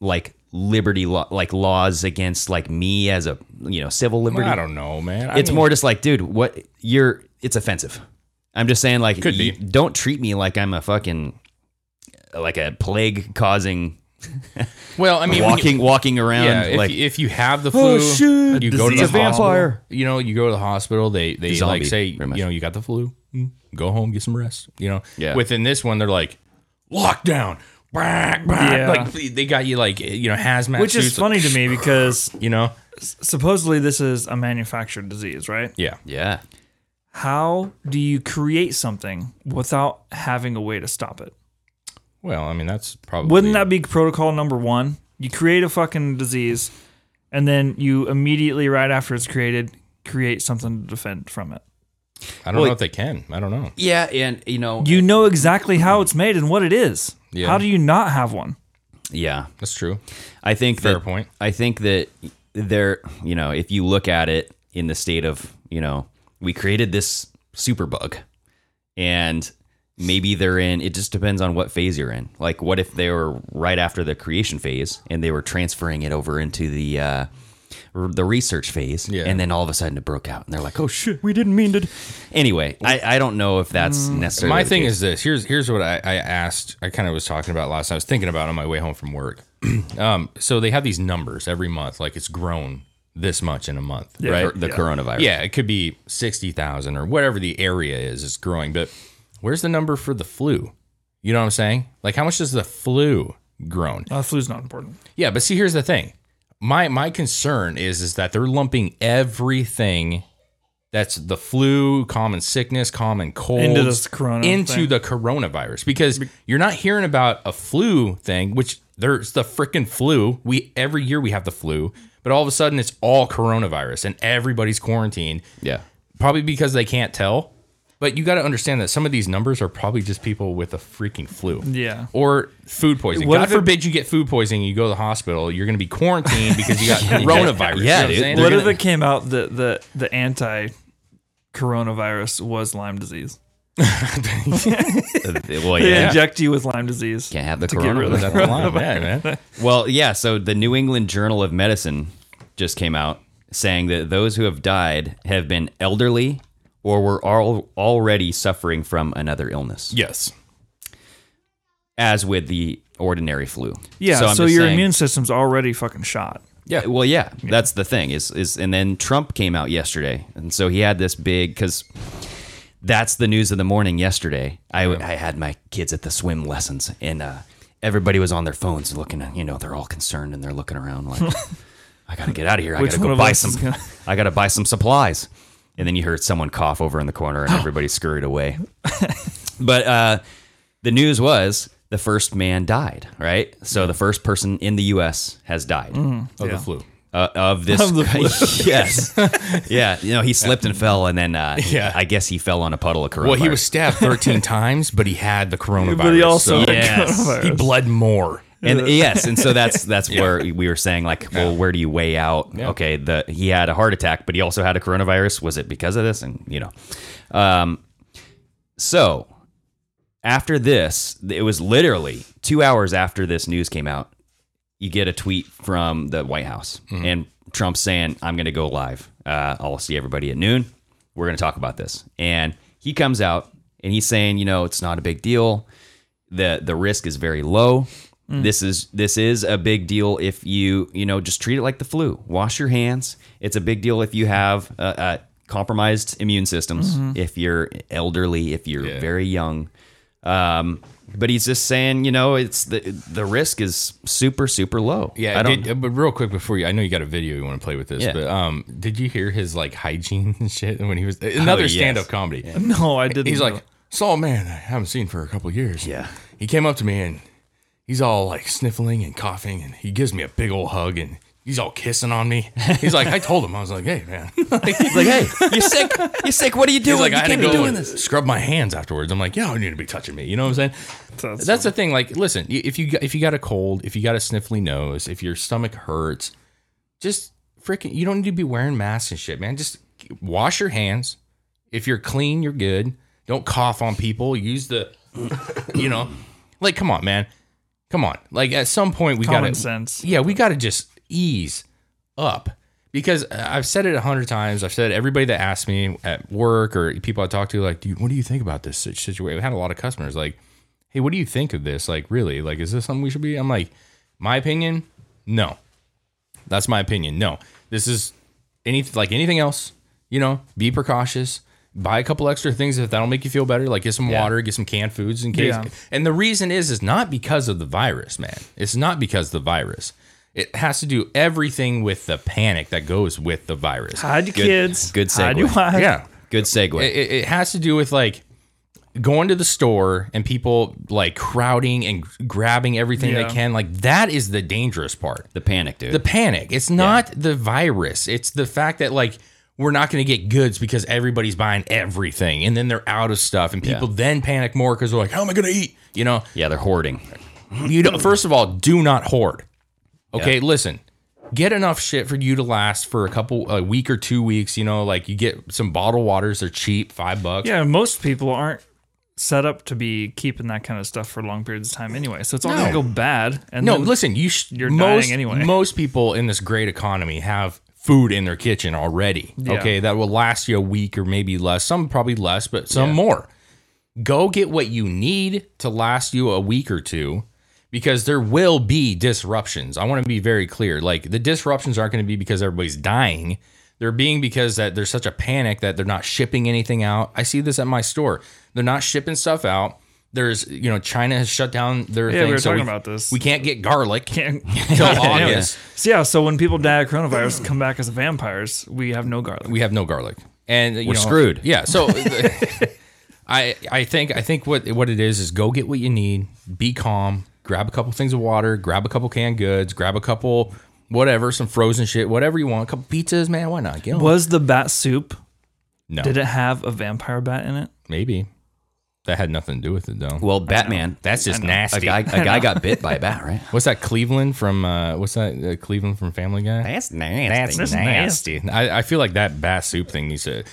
S7: like liberty law like laws against like me as a you know civil liberty
S8: I don't know, man. I
S7: it's
S8: mean,
S7: more just like, dude, what you're it's offensive. I'm just saying like
S8: Could be.
S7: you- don't treat me like I'm a fucking like a plague causing
S8: well. I mean, when you-
S7: walking walking around
S8: yeah. If,
S7: like "Oh,
S8: if you have the flu,
S9: shoot.
S8: you go to
S7: Disease.
S8: the
S7: It's a vampire.
S8: hospital, You know, you go to the hospital. They they
S7: Zombie,
S8: like say you
S7: pretty much.
S8: know you got the flu. Mm, Go home, get some rest. You know.
S7: Yeah.
S8: Within this one, they're like lockdown. Bah, bah.
S9: Yeah.
S8: Like they- they got you like you know hazmat.
S9: Which is
S8: suits,
S9: funny to me because
S8: You know.
S9: supposedly this is a manufactured disease, right?
S8: Yeah.
S7: yeah.
S9: How do you create something without having a way to stop it?
S8: Well, I mean that's probably
S9: Wouldn't that be protocol number one? You create a fucking disease, and then you immediately, right after it's created, create something to defend from it.
S8: I don't know if they can. I don't know.
S7: Yeah, and you know
S9: You know exactly how it's made and what it is.
S8: Yeah.
S9: How do you not have one?
S7: yeah.
S8: That's true.
S7: I think
S8: Fair
S7: that,
S8: point.
S7: I think that there, you know, if you look at it in the state of, you know, we created this superbug, and maybe they're in. It just depends on what phase you're in. Like, what if they were right after the creation phase and they were transferring it over into the uh, r- the research phase,
S8: Yeah.
S7: and then all of a sudden it broke out, and they're like, oh shit, we didn't mean to. Anyway, I, I don't know if that's necessarily
S8: My
S7: the
S8: thing
S7: case.
S8: is this. Here's here's what I, I asked. I kind of was talking about last. night. I was thinking about it on my way home from work. (clears throat) um, so they have these numbers every month. Like it's grown this much in a month,
S7: the
S8: right?
S7: cor- the coronavirus.
S8: Yeah, it could be 60,000 or whatever the area is, it's growing. But where's the number for the flu? You know what I'm saying? Like, how much does the flu grown?
S9: Uh, flu's not important.
S8: Yeah, but see, here's the thing. My my concern is is that they're lumping everything that's the flu, common sickness, common cold
S9: Into this corona
S8: into
S9: thing.
S8: the coronavirus because you're not hearing about a flu thing, which there's the freaking flu. We every year we have the flu, but all of a sudden it's all coronavirus and everybody's quarantined
S7: yeah.
S8: probably because they can't tell. But you got to understand that some of these numbers are probably just people with a freaking flu.
S9: Yeah.
S8: Or food poisoning.
S9: What
S8: God
S9: if it-
S8: forbid you get food poisoning, you go to the hospital, you're going to be quarantined because
S9: (laughs)
S8: you got coronavirus. you know what I'm
S7: Yeah, dude.
S8: saying?
S9: What
S8: They're
S9: if it came out that the the anti coronavirus was Lyme disease?
S7: Well,
S9: (laughs) They
S7: yeah.
S9: inject you with Lyme disease.
S7: Can't have the
S9: get rid of
S7: coronavirus.
S9: that.
S8: gonna- That's a lot, yeah,
S9: (laughs)
S8: man.
S7: Well, yeah. So the New England Journal of Medicine just came out saying that those who have died have been elderly or were al- already suffering from another illness,
S8: Yes.
S7: as with the ordinary flu.
S9: Yeah, so,
S7: I'm just
S9: your
S7: saying-
S9: immune system's already fucking shot.
S7: Yeah. Well, yeah, that's the thing is is and then Trump came out yesterday, and so he had this big because that's the news of the morning yesterday. I, I had my kids at the swim lessons and uh, everybody was on their phones looking at, you know, they're all concerned and they're looking around
S9: (laughs)
S7: like, I got to get out of here. I
S9: Which
S7: got to
S9: one
S7: go
S9: of
S7: buy
S9: us is
S7: some,
S9: gonna-
S7: I got to buy some supplies. And then you heard someone cough over in the corner
S9: (gasps)
S7: and everybody scurried away. but uh, the news was the first man died, right? So the first person in the U.S. has died
S9: Mm-hmm.
S8: of the flu.
S7: uh, of this. (laughs) yes. yeah. You know, he slipped and fell, and then uh,
S8: Yeah.
S7: I guess he fell on a puddle of coronavirus.
S8: Well, he was stabbed (laughs) 13 times, but he had the coronavirus.
S9: But he also
S8: so-
S7: Yes.
S8: he bled more. (laughs)
S7: and yes, and so that's that's where we were saying like, well, where do you weigh out? Okay, the he had a heart attack, but he also had a coronavirus. Was it because of this? And you know, um, so after this, it was literally two hours after this news came out. You get a tweet from the White House and Trump saying, "I'm going to go live. Uh, I'll see everybody at noon. We're going to talk about this." And he comes out and he's saying, "You know, it's not a big deal." the the risk is very low. This is this is a big deal if you you know just treat it like the flu. Wash your hands. It's a big deal if you have uh, uh, compromised immune systems. If you're elderly, if you're very young. Um, but he's just saying, you know, it's the the risk is super super low.
S8: Yeah,
S7: I
S8: I
S7: don't.
S8: did, uh, but real quick before you, I know you got a video you want to play with this,
S7: Yeah.
S8: but um, did you hear his like hygiene (laughs) and shit when he was another
S7: yes.
S8: stand-up comedy?
S9: (laughs) No, I didn't.
S8: He's
S9: know.
S8: like, saw a man I haven't seen for a couple of years.
S7: Yeah.
S8: he came up to me and he's all like sniffling and coughing, and he gives me a big old hug and he's all kissing on me. He's like, I told him I was like, hey man, he's
S7: like, hey,
S8: (laughs)
S7: you're sick. You're sick. What are you doing?
S8: like,
S7: you
S8: I had to
S7: can't be
S8: go
S7: doing
S8: and
S7: this.
S8: scrub my hands afterwards. I'm like, yeah, I need to be touching me. You know what I'm saying?
S9: That's-
S8: That's the thing. Like, listen, y- if you got- if you got a cold, if you got a sniffly nose, if your stomach hurts, just freaking, you don't need to be wearing masks and shit, man. Just wash your hands. If you're clean, you're good. Don't cough on people. Use the, you know, like, come on, man, come on. Like, at some point, we got
S9: common
S8: to
S9: sense.
S8: yeah, we got to just ease up because uh, I've said it a hundred times. I've said everybody that asked me at work or people I talk to, like, dude, what do you think about this sit- situation? We had a lot of customers like, hey, what do you think of this? Like, really? Like, is this something we should be? I'm like, my opinion, no. That's my opinion. No, this is any like anything else. You know, be precautious. Buy a couple extra things if that'll make you feel better. Like get some water, get some canned foods in case.
S9: Yeah.
S8: And the reason is is not because of the virus, man. It's not because of the virus. It has to do everything with the panic that goes with the virus.
S9: hide your kids.
S7: good
S9: Hide your
S7: segue.
S9: wife.
S8: Yeah,
S7: Good segue.
S8: it, it- it has to do with like going to the store and people like crowding and grabbing everything
S9: Yeah.
S8: they can. Like that is the dangerous part
S7: the panic, dude.
S8: the panic. It's not the virus. It's the fact that like we're not going to get goods because everybody's buying everything, and then they're out of stuff, and people then panic more because they're like, "How am I going to eat?" You know,
S7: yeah, they're hoarding.
S8: you don't. First of all, do not hoard. Okay, listen. Get enough shit for you to last for a couple, a week or two weeks. You know, like you get some bottled waters. They're cheap, five bucks.
S9: Yeah, most people aren't set up to be keeping that kind of stuff for long periods of time anyway. So it's all gonna go bad. And
S8: No,
S9: then-
S8: listen. You sh-
S9: you're
S8: most,
S9: dying anyway.
S8: Most people in this great economy have food in their kitchen already. Okay, that will last you a week or maybe less. Some probably less, but some more. Go get what you need to last you a week or two, because there will be disruptions. I want to be very clear. Like the disruptions aren't going to be because everybody's dying. They're being because that there's such a panic that they're not shipping anything out. I see this at my store. They're not shipping stuff out. There's, you know, China has shut down their
S9: Yeah, we
S8: thing.
S9: were
S8: so
S9: talking about this.
S8: We can't get garlic
S9: (laughs) Can't-
S8: (laughs) till
S9: Anyway.
S8: August.
S9: So yeah, so when people die of coronavirus, come back as vampires, we have no garlic.
S8: We have no garlic, and you
S7: We're
S8: know,
S7: screwed.
S8: Yeah,
S7: (laughs)
S8: so I I think I think what what it is is go get what you need, be calm, grab a couple things of water, grab a couple canned goods, grab a couple whatever, some frozen shit, whatever you want, a couple pizzas, man. Why not? Get 'em.
S9: Was the bat soup?
S8: No,
S9: Did it have a vampire bat in it?
S8: maybe that had nothing to do with it though.
S7: Well, Batman.
S8: That's just
S7: A
S8: nasty.
S7: guy, a guy got bit by a
S8: (laughs)
S7: bat, right?
S8: What's that Cleveland from? Uh, what's that uh, Cleveland from Family Guy?
S7: That's nasty. That's
S9: That's
S8: nasty. I, I feel like that bat soup thing needs to.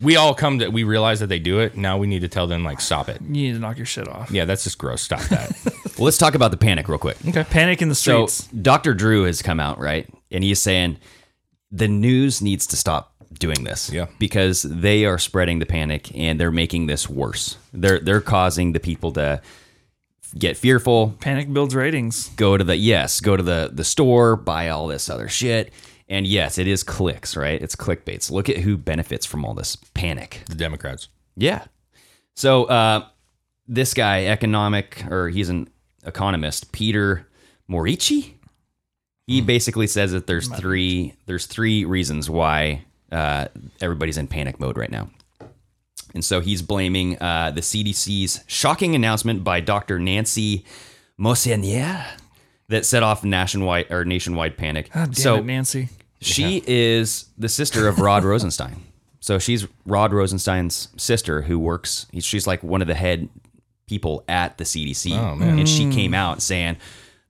S8: We all come to we realize that they do it. Now we need to tell them like stop it.
S9: You need to knock your shit off.
S8: Yeah, that's just gross. Stop that.
S7: Well, let's talk about the panic real quick.
S9: Panic in the
S7: So,
S9: streets.
S7: Dr. Drew has come out, right? And he's saying the news needs to stop doing this.
S8: Yeah.
S7: Because they are spreading the panic and they're making this worse. They're they're causing the people to get fearful,
S9: Panic builds ratings.
S7: go to the yes, go to the the store, buy all this other shit. And yes, it is clicks, right? It's clickbaits. Look at who benefits from all this panic.
S8: the Democrats.
S7: Yeah. So uh, this guy, economic, or he's an economist, Peter Morici. He
S9: Hmm.
S7: basically says that there's three there's three reasons why uh, everybody's in panic mode right now, and so he's blaming uh, the CDC's shocking announcement by Dr. Nancy Messonnier that set off nationwide or nationwide panic.
S9: God damn
S7: so
S9: it, Nancy.
S7: she is the sister of Rod Rosenstein. So she's Rod Rosenstein's sister who works, she's like one of the head people at the CDC. And she came out saying,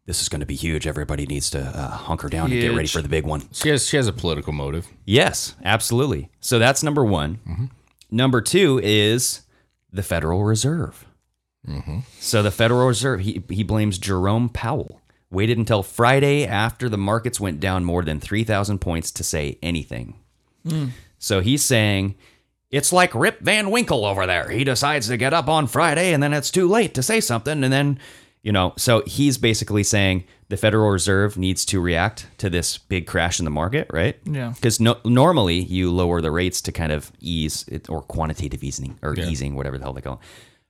S7: This is going to be huge. Everybody needs to uh, hunker down and get ready
S9: Huge.
S7: for the big one.
S8: She has she has a political motive.
S7: Yes, absolutely. So that's number one. Number two is the Federal Reserve. So the Federal Reserve, he, he blames Jerome Powell. Waited until Friday after the markets went down more than 3,000 points to say anything. So he's saying, it's like Rip Van Winkle over there. He decides to get up on Friday and then it's too late to say something. And then, you know, so he's basically saying the Federal Reserve needs to react to this big crash in the market, right?
S9: Yeah.
S7: Because no, normally you lower the rates to kind of ease it or quantitative easing or easing, whatever the hell they call it.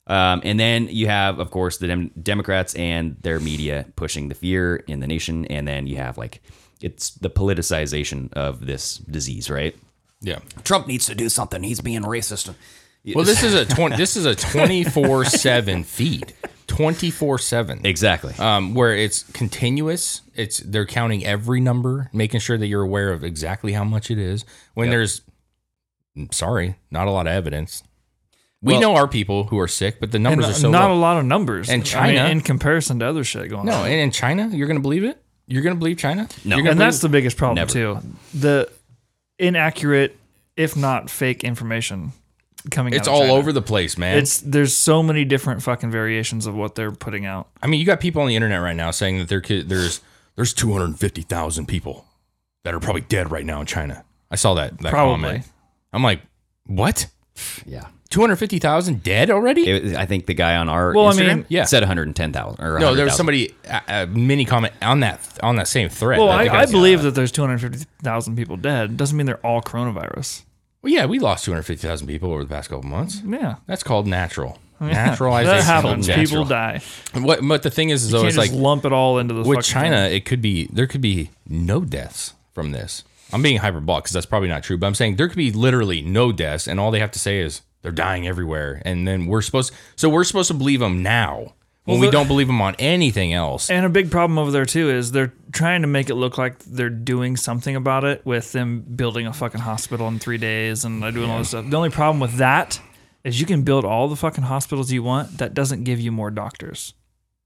S7: Um, and then you have, of course, the dem- Democrats and their media pushing the fear in the nation. And then you have like, it's the politicization of this disease, right?
S8: Yeah.
S7: Trump needs to do something. He's being racist.
S8: Well, this is a twenty. this is a twenty four seven feed. Twenty four seven.
S7: Exactly.
S8: Um, where it's continuous. It's they're counting every number, making sure that you're aware of exactly how much it is. When there's, I'm sorry, not a lot of evidence. We
S7: Well-
S8: know our people who are sick, but the
S9: And
S8: numbers are so
S9: not
S8: low.
S9: a lot of numbers.
S8: And
S9: I mean,
S8: China-
S9: in comparison to other shit going
S8: No,
S9: on.
S8: and in China, you're gonna believe it. You're gonna believe China.
S7: No.
S8: You're gonna
S9: and that's the
S8: believe-
S9: biggest problem
S7: Never.
S9: too. The inaccurate, if not fake, information coming.
S8: It's
S9: out of
S8: all
S9: China.
S8: over the place, man.
S9: It's there's so many different fucking variations of what they're putting out.
S8: I mean, you got people on the internet right now saying that there could, there's there's 250,000 people that are probably dead right now in China. I saw that, that
S9: Probably.
S8: comment. I'm like, what?
S7: yeah.
S8: 250,000 dead already?
S7: It was- I think the guy on our
S9: Well, I
S7: Instagram
S9: mean-
S8: Yeah.
S7: said 110,000. or
S8: no, there was
S7: 100,000.
S8: somebody a, a mini comment on that on that uh, same thread.
S9: Well, I,
S8: think
S9: I
S8: saw
S9: believe
S8: that.
S9: that there's 250,000 people dead. Doesn't mean they're all coronavirus.
S8: Well, yeah, we lost 250,000 people over the past couple months.
S9: Yeah.
S8: That's called natural.
S9: Yeah,
S8: Naturalization.
S9: (laughs) that
S8: is called
S9: happens.
S8: natural.
S9: People die.
S8: What, but the thing is, is
S9: You
S8: though,
S9: can't
S8: it's
S9: just
S8: like
S9: lump it all into the
S8: with
S9: fucking
S8: China, it could be there could be no deaths from this. I'm being hyperbolic because that's probably not true, but I'm saying there could be literally no deaths, and all they have to say is they're dying everywhere, and then we're supposed so we're supposed to believe them now when we
S9: the-
S8: don't believe them on anything else.
S9: And a big problem over there too is they're trying to make it look like they're doing something about it with them building a fucking hospital in three days and doing all this stuff. The only problem with that is you can build all the fucking hospitals you want. That doesn't give you more doctors.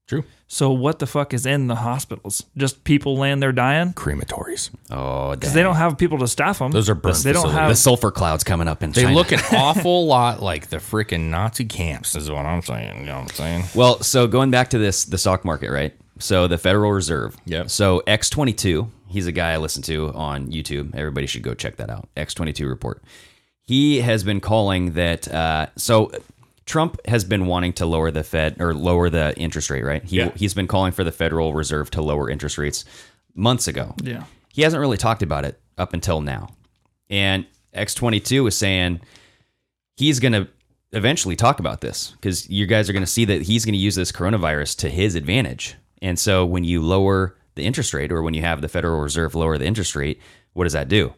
S8: True,
S9: So what the fuck is in the hospitals? Just people laying there dying
S8: crematories.
S7: Oh,
S9: because
S7: damn.
S9: they don't have people to staff them.
S8: Those are burn
S9: They don't
S8: facilities.
S7: the
S9: have.
S7: sulfur clouds coming up in
S8: They
S7: China.
S8: look
S7: (laughs)
S8: an awful lot like the freaking Nazi camps, is what I'm saying. You know what I'm saying?
S7: Well, so going back to this, the stock market, right? So the Federal Reserve.
S8: Yep.
S7: So X22, he's a guy I listen to on YouTube. Everybody should go check that out. X22 report. He has been calling that. Uh, so Trump has been wanting to lower the Fed or lower the interest rate, right? He,
S8: Yeah.
S7: He's been calling for the Federal Reserve to lower interest rates months ago.
S9: Yeah.
S7: He hasn't really talked about it up until now. And X22 is saying he's going to eventually talk about this because you guys are going to see that he's going to use this coronavirus to his advantage. And so when you lower the interest rate or when you have the Federal Reserve lower the interest rate, what does that do?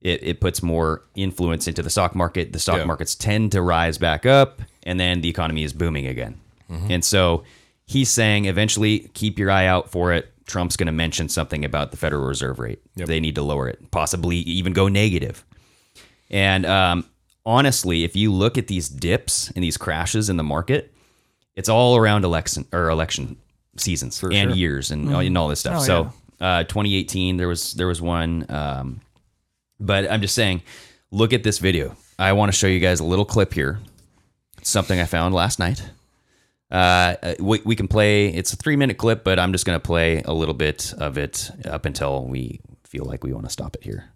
S7: It, it puts more influence into the stock market. The stock
S8: Yeah.
S7: markets tend to rise back up, and then the economy is booming again. And so he's saying eventually keep your eye out for it. Trump's going to mention something about the Federal Reserve rate. They need to lower it, possibly even go negative. And um, honestly, if you look at these dips and these crashes in the market, it's all around election or election seasons and years and, and all this stuff.
S9: Oh,
S7: so uh, 2018, there was there was one. Um, but I'm just saying, look at this video. I want to show you guys a little clip here. It's something I found last night. Uh, uh, we, we can play. It's a three minute clip, but I'm just going to play a little bit of it up until we feel like we want to stop it here.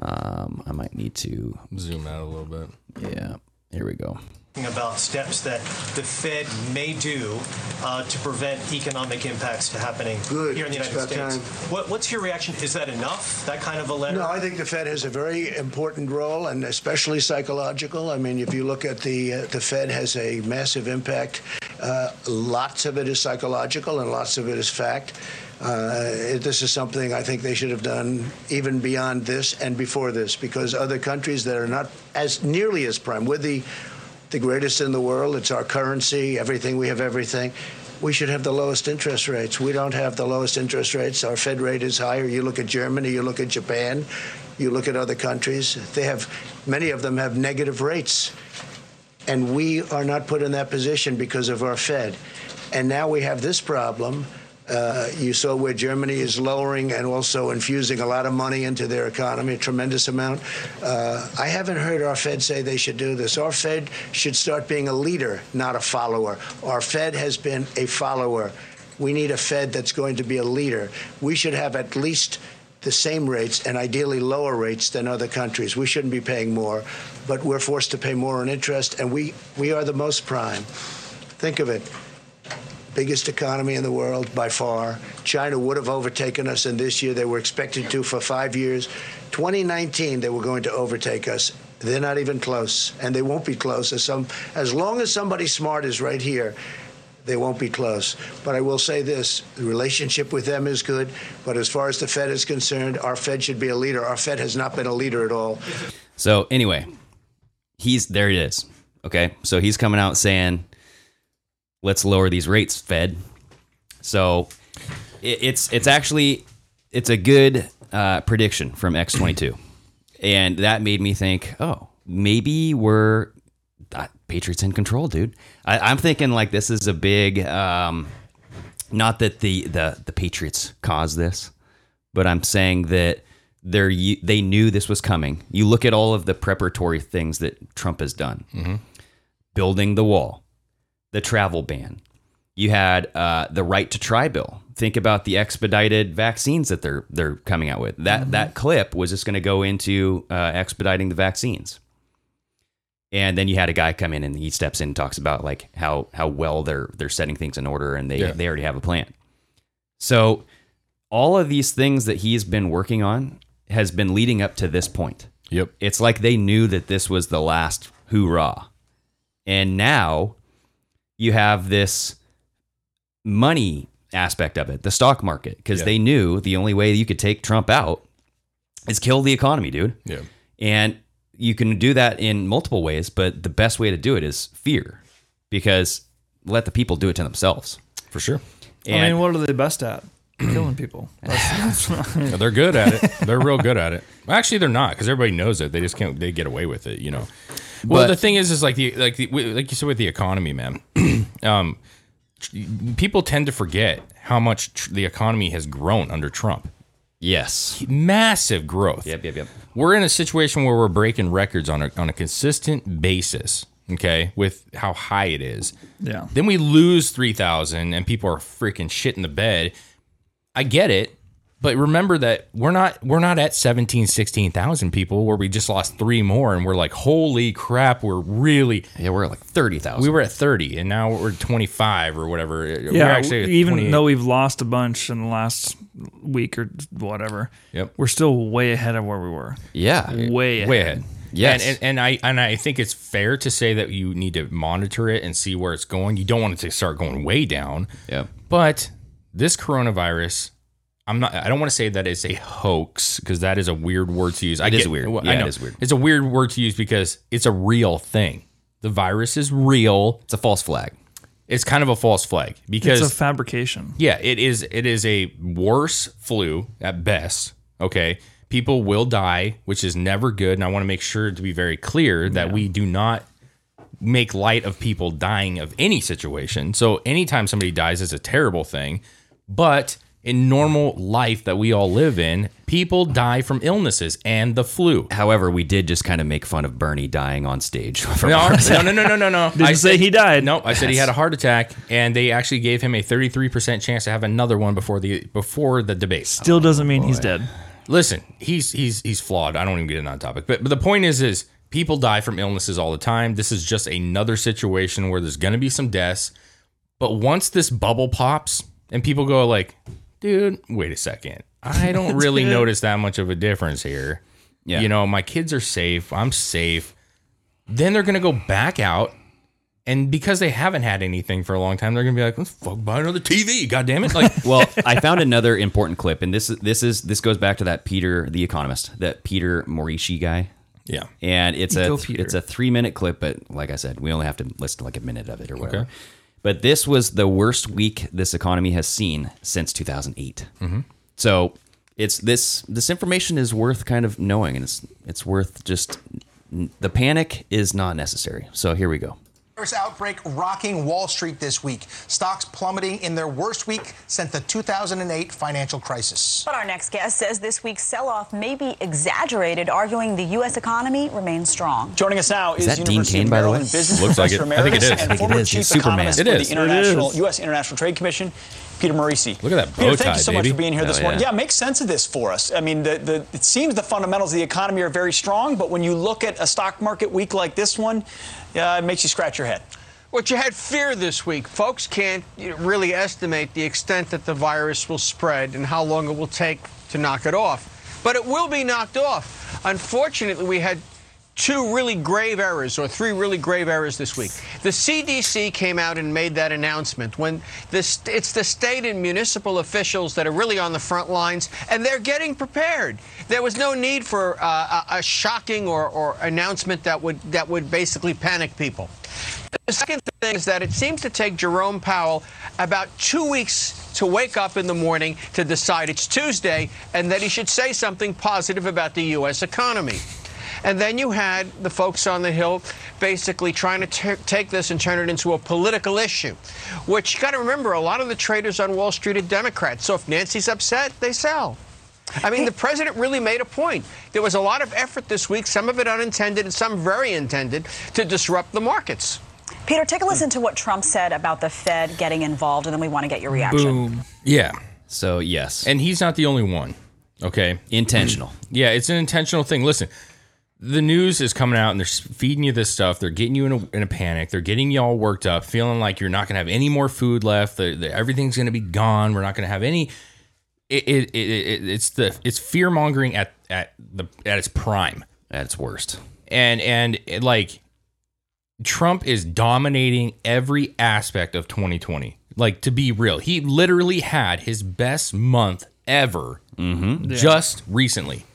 S7: Um, I might need to
S8: Zoom out a little bit.
S7: yeah. Here we go.
S11: about steps that the Fed may do uh, to prevent economic impacts to happening
S12: Good.
S11: here in the
S12: It's
S11: United
S12: about
S11: States. What, what's your reaction? Is that enough? That kind of a letter?
S12: No, I think the Fed has a very important role, and especially psychological. I mean, if you look at the uh, the Fed has a massive impact. Uh, lots of it is psychological, and lots of it is fact. Uh, it- this is something I think they should have done even beyond this and before this, because other countries that are not as nearly as prime, with the the greatest in the world. It's our currency, everything. We have everything. We should have the lowest interest rates. We don't have the lowest interest rates. Our Fed rate is higher. You look at Germany, you look at Japan, you look at other countries. They have, many of them have negative rates. And we are not put in that position because of our Fed. And now we have this problem. Uh, you saw where Germany is lowering and also infusing a lot of money into their economy, a tremendous amount. Uh, I haven't heard our Fed say they should do this. Our Fed should start being a leader, not a follower. Our Fed has been a follower. We need a Fed that's going to be a leader. We should have at least the same rates and ideally lower rates than other countries. We shouldn't be paying more, but we're forced to pay more on interest, and we, we are the most prime. Think of it biggest economy in the world by far. China would have overtaken us in this year. They were expected to for five years. 2019, they were going to overtake us. They're not even close, and they won't be close. As, some, as long as somebody smart is right here, they won't be close. But I will say this the relationship with them is good. But as far as the Fed is concerned, our Fed should be a leader. Our Fed has not been a leader at all.
S7: So anyway, he's there. It is okay. So he's coming out saying, "Let's lower these rates, Fed." So it, it's it's actually it's a good uh, prediction from X twenty two, and that made me think, oh, maybe we're uh, Patriots in control, dude. I, I'm thinking like this is a big. Um, not that the, the the Patriots caused this, but I'm saying that they're you- they knew this was coming. You look at all of the preparatory things that Trump has done: building the wall, the travel ban. You had uh, the right to try bill. Think about the expedited vaccines that they're they're coming out with. That that clip was just going to go into uh, expediting the vaccines. And then you had a guy come in and he steps in and talks about like how how well they're they're setting things in order and they
S8: Yeah.
S7: they already have a plan. So all of these things that he's been working on has been leading up to this point.
S8: Yep.
S7: It's like they knew that this was the last hoorah. And now you have this money aspect of it, the stock market, because
S8: Yeah.
S7: they knew the only way you could take Trump out is kill the economy, dude.
S8: Yeah.
S7: And you can do that in multiple ways, but the best way to do it is fear because let the people do it to themselves.
S8: For sure.
S7: And
S9: I mean, what are they
S8: (clears throat)
S9: best at? Killing people. That's-
S8: Yeah, they're good at it. They're real good at it. Well, actually, they're not because everybody knows it. They just can't. They get away with it, you know. Well,
S7: But-
S8: the thing is, is like the like the, wi- like you said with the economy, man. (clears throat) um, tr- people tend to forget how much tr- the economy has grown under Trump.
S7: yes.
S8: Massive growth.
S7: Yep, yep, yep.
S8: We're in a situation where we're breaking records on a on a consistent basis. Okay, with how high it is.
S9: yeah.
S8: Then we lose 3,000 and people are freaking shit in the bed. I get it, but remember that we're not we're not at 17, 16,000 people where we just lost three more and we're like, "Holy crap, we're really
S7: Yeah, we're at like 30,000.
S8: we were at 30 and now we're 25 or whatever.
S9: Yeah,
S8: we're actually at
S9: even
S8: 28.
S9: though we've lost a bunch in the last week or whatever,
S8: Yep.
S9: we're still way ahead of where we were.
S7: yeah.
S9: Way,
S8: way
S9: ahead.
S8: ahead.
S7: Yes.
S8: And, and and I and I think it's fair to say that you need to monitor it and see where it's going. You don't want it to start going way down.
S7: Yep.
S8: But this coronavirus, I'm not. I don't want to say that it's a hoax because that is a weird word to use. I
S7: It is
S8: get-
S7: weird.
S8: well,
S7: Yeah,
S8: I
S7: it
S8: know.
S7: is weird.
S8: It's a weird word to use because it's a real thing. The virus is real.
S7: It's a false flag.
S8: It's kind of a false flag because
S9: It's a fabrication.
S8: yeah, it is. It is a worse flu at best. Okay, people will die, which is never good. And I want to make sure to be very clear that we do not make light of people dying of any situation. So anytime somebody dies is a terrible thing, but in normal life that we all live in, people die from illnesses and the flu.
S7: However, we did just kind of make fun of Bernie dying on stage. (laughs) for-
S8: No, no, no, no, no, no,
S9: (laughs)
S8: no.
S9: Didn't say he died.
S8: No, I said he had a heart attack, and they actually gave him a 33% chance to have another one before the before the debate. Oh,
S9: Still doesn't mean he's dead.
S8: Listen, he's he's he's flawed. I don't even get in on topic, but but the point is is people die from illnesses all the time. This is just another situation where there's going to be some deaths. But once this bubble pops and people go like, dude, wait a second.
S7: (laughs)
S8: I don't really
S9: Dude.
S8: notice that much of a difference here.
S7: Yeah.
S8: You know, (laughs) my kids are safe. I'm safe. Then they're going to go back out. And because they haven't had anything for a long time, they're going to be like, let's fuck buy another TV. God damn it.
S7: (laughs)
S8: Like,
S7: well, I found another important clip, and this this is this goes back to that Peter the Economist, that Peter Morishi guy,
S8: yeah.
S7: and it's a
S9: Go, Peter.
S7: it's a three minute clip, but like I said, we only have to listen to like a minute of it or whatever. But this was the worst week this economy has seen since 2008.
S8: Mm-hmm.
S7: So it's this this information is worth kind of knowing, and it's it's worth just the panic is not necessary. So here we go.
S13: Virus outbreak rocking Wall Street this week. Stocks plummeting in their worst week since the 2008 financial crisis.
S14: But our next guest says this week's sell off may be exaggerated, arguing the U.S. economy remains strong.
S15: Joining us now
S7: Is
S15: is,
S7: that Dean
S15: University
S7: Cain,
S15: of
S7: by the way?
S15: Maryland business
S7: Looks like
S15: professor
S7: it. I think it
S15: emeritus
S7: is. I
S15: and
S7: think it
S15: former
S7: is.
S15: chief
S7: He's Superman.
S15: economist
S7: It
S15: for
S7: is.
S15: the international
S7: It is.
S15: U.S. International Trade Commission, Peter Morici.
S8: Look at that bow
S15: Peter, thank
S8: tie,
S15: you so much
S8: baby.
S15: for being here this
S7: Oh,
S8: Hell
S15: morning.
S8: yeah.
S15: Yeah, make sense of this for us. I mean, the, the it seems the fundamentals of the economy are very strong, but when you look at a stock market week like this one, uh, it makes you scratch your head.
S10: What you had fear this week. Folks can't you know, really estimate the extent that the virus will spread and how long it will take to knock it off. But it will be knocked off. Unfortunately, we had two really grave errors or three really grave errors this week. The CDC came out and made that announcement when this it's the state and municipal officials that are really on the front lines and they're getting prepared. There was no need for uh, a, a shocking or, or announcement that would that would basically panic people. The second thing is that it seems to take Jerome Powell about two weeks to wake up in the morning to decide it's Tuesday and that he should say something positive about the U.S. economy. And then you had the folks on the Hill basically trying to t- take this and turn it into a political issue, which you got to remember a lot of the traders on Wall Street are Democrats. So if Nancy's upset, they sell. I mean, the president really made a point. There was a lot of effort this week, some of it unintended and some very intended, to disrupt the markets.
S14: Peter, take a listen to what Trump said about the Fed getting involved, and then we want to get your reaction.
S8: Yeah.
S7: So yes,
S8: and he's not the only one. Okay,
S7: (clears throat) intentional.
S8: yeah, it's an intentional thing. Listen, the news is coming out and they're feeding you this stuff. They're getting you in a, in a panic. They're getting you all worked up, feeling like you're not gonna have any more food left. they everything's gonna be gone. We're not gonna have any. It, it, it, it it's the it's fear mongering at at the at its prime
S7: at its worst.
S8: And and it, like Trump is dominating every aspect of 2020. Like to be real, he literally had his best month ever
S7: Yeah.
S8: just recently.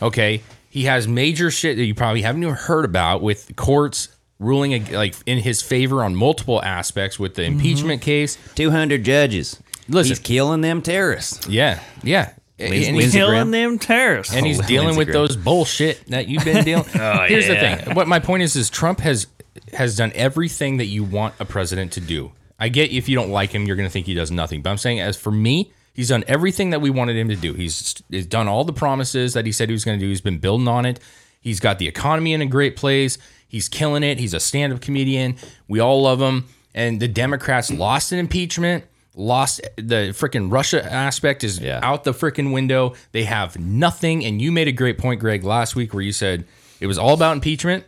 S8: Okay, he has major shit that you probably haven't even heard about with courts ruling ag- like in his favor on multiple aspects with the impeachment case.
S7: 200 judges.
S8: Listen,
S7: He's killing them terrorists.
S8: Yeah, yeah. And he's-
S9: Killing them terrorists.
S8: and he's dealing with those bullshit that you've been dealing.
S9: (laughs) Oh,
S8: Here's
S9: yeah.
S8: the thing. What my point is is Trump has has done everything that you want a president to do. I get if you don't like him, you're going to think he does nothing. But I'm saying, as for me, he's done everything that we wanted him to do. He's, he's done all the promises that he said he was going to do. He's been building on it. He's got the economy in a great place. He's killing it. He's a stand up comedian. We all love him. And the Democrats lost an impeachment lost the freaking Russia aspect is out the freaking window. They have nothing. And you made a great point, Greg, last week where you said it was all about impeachment.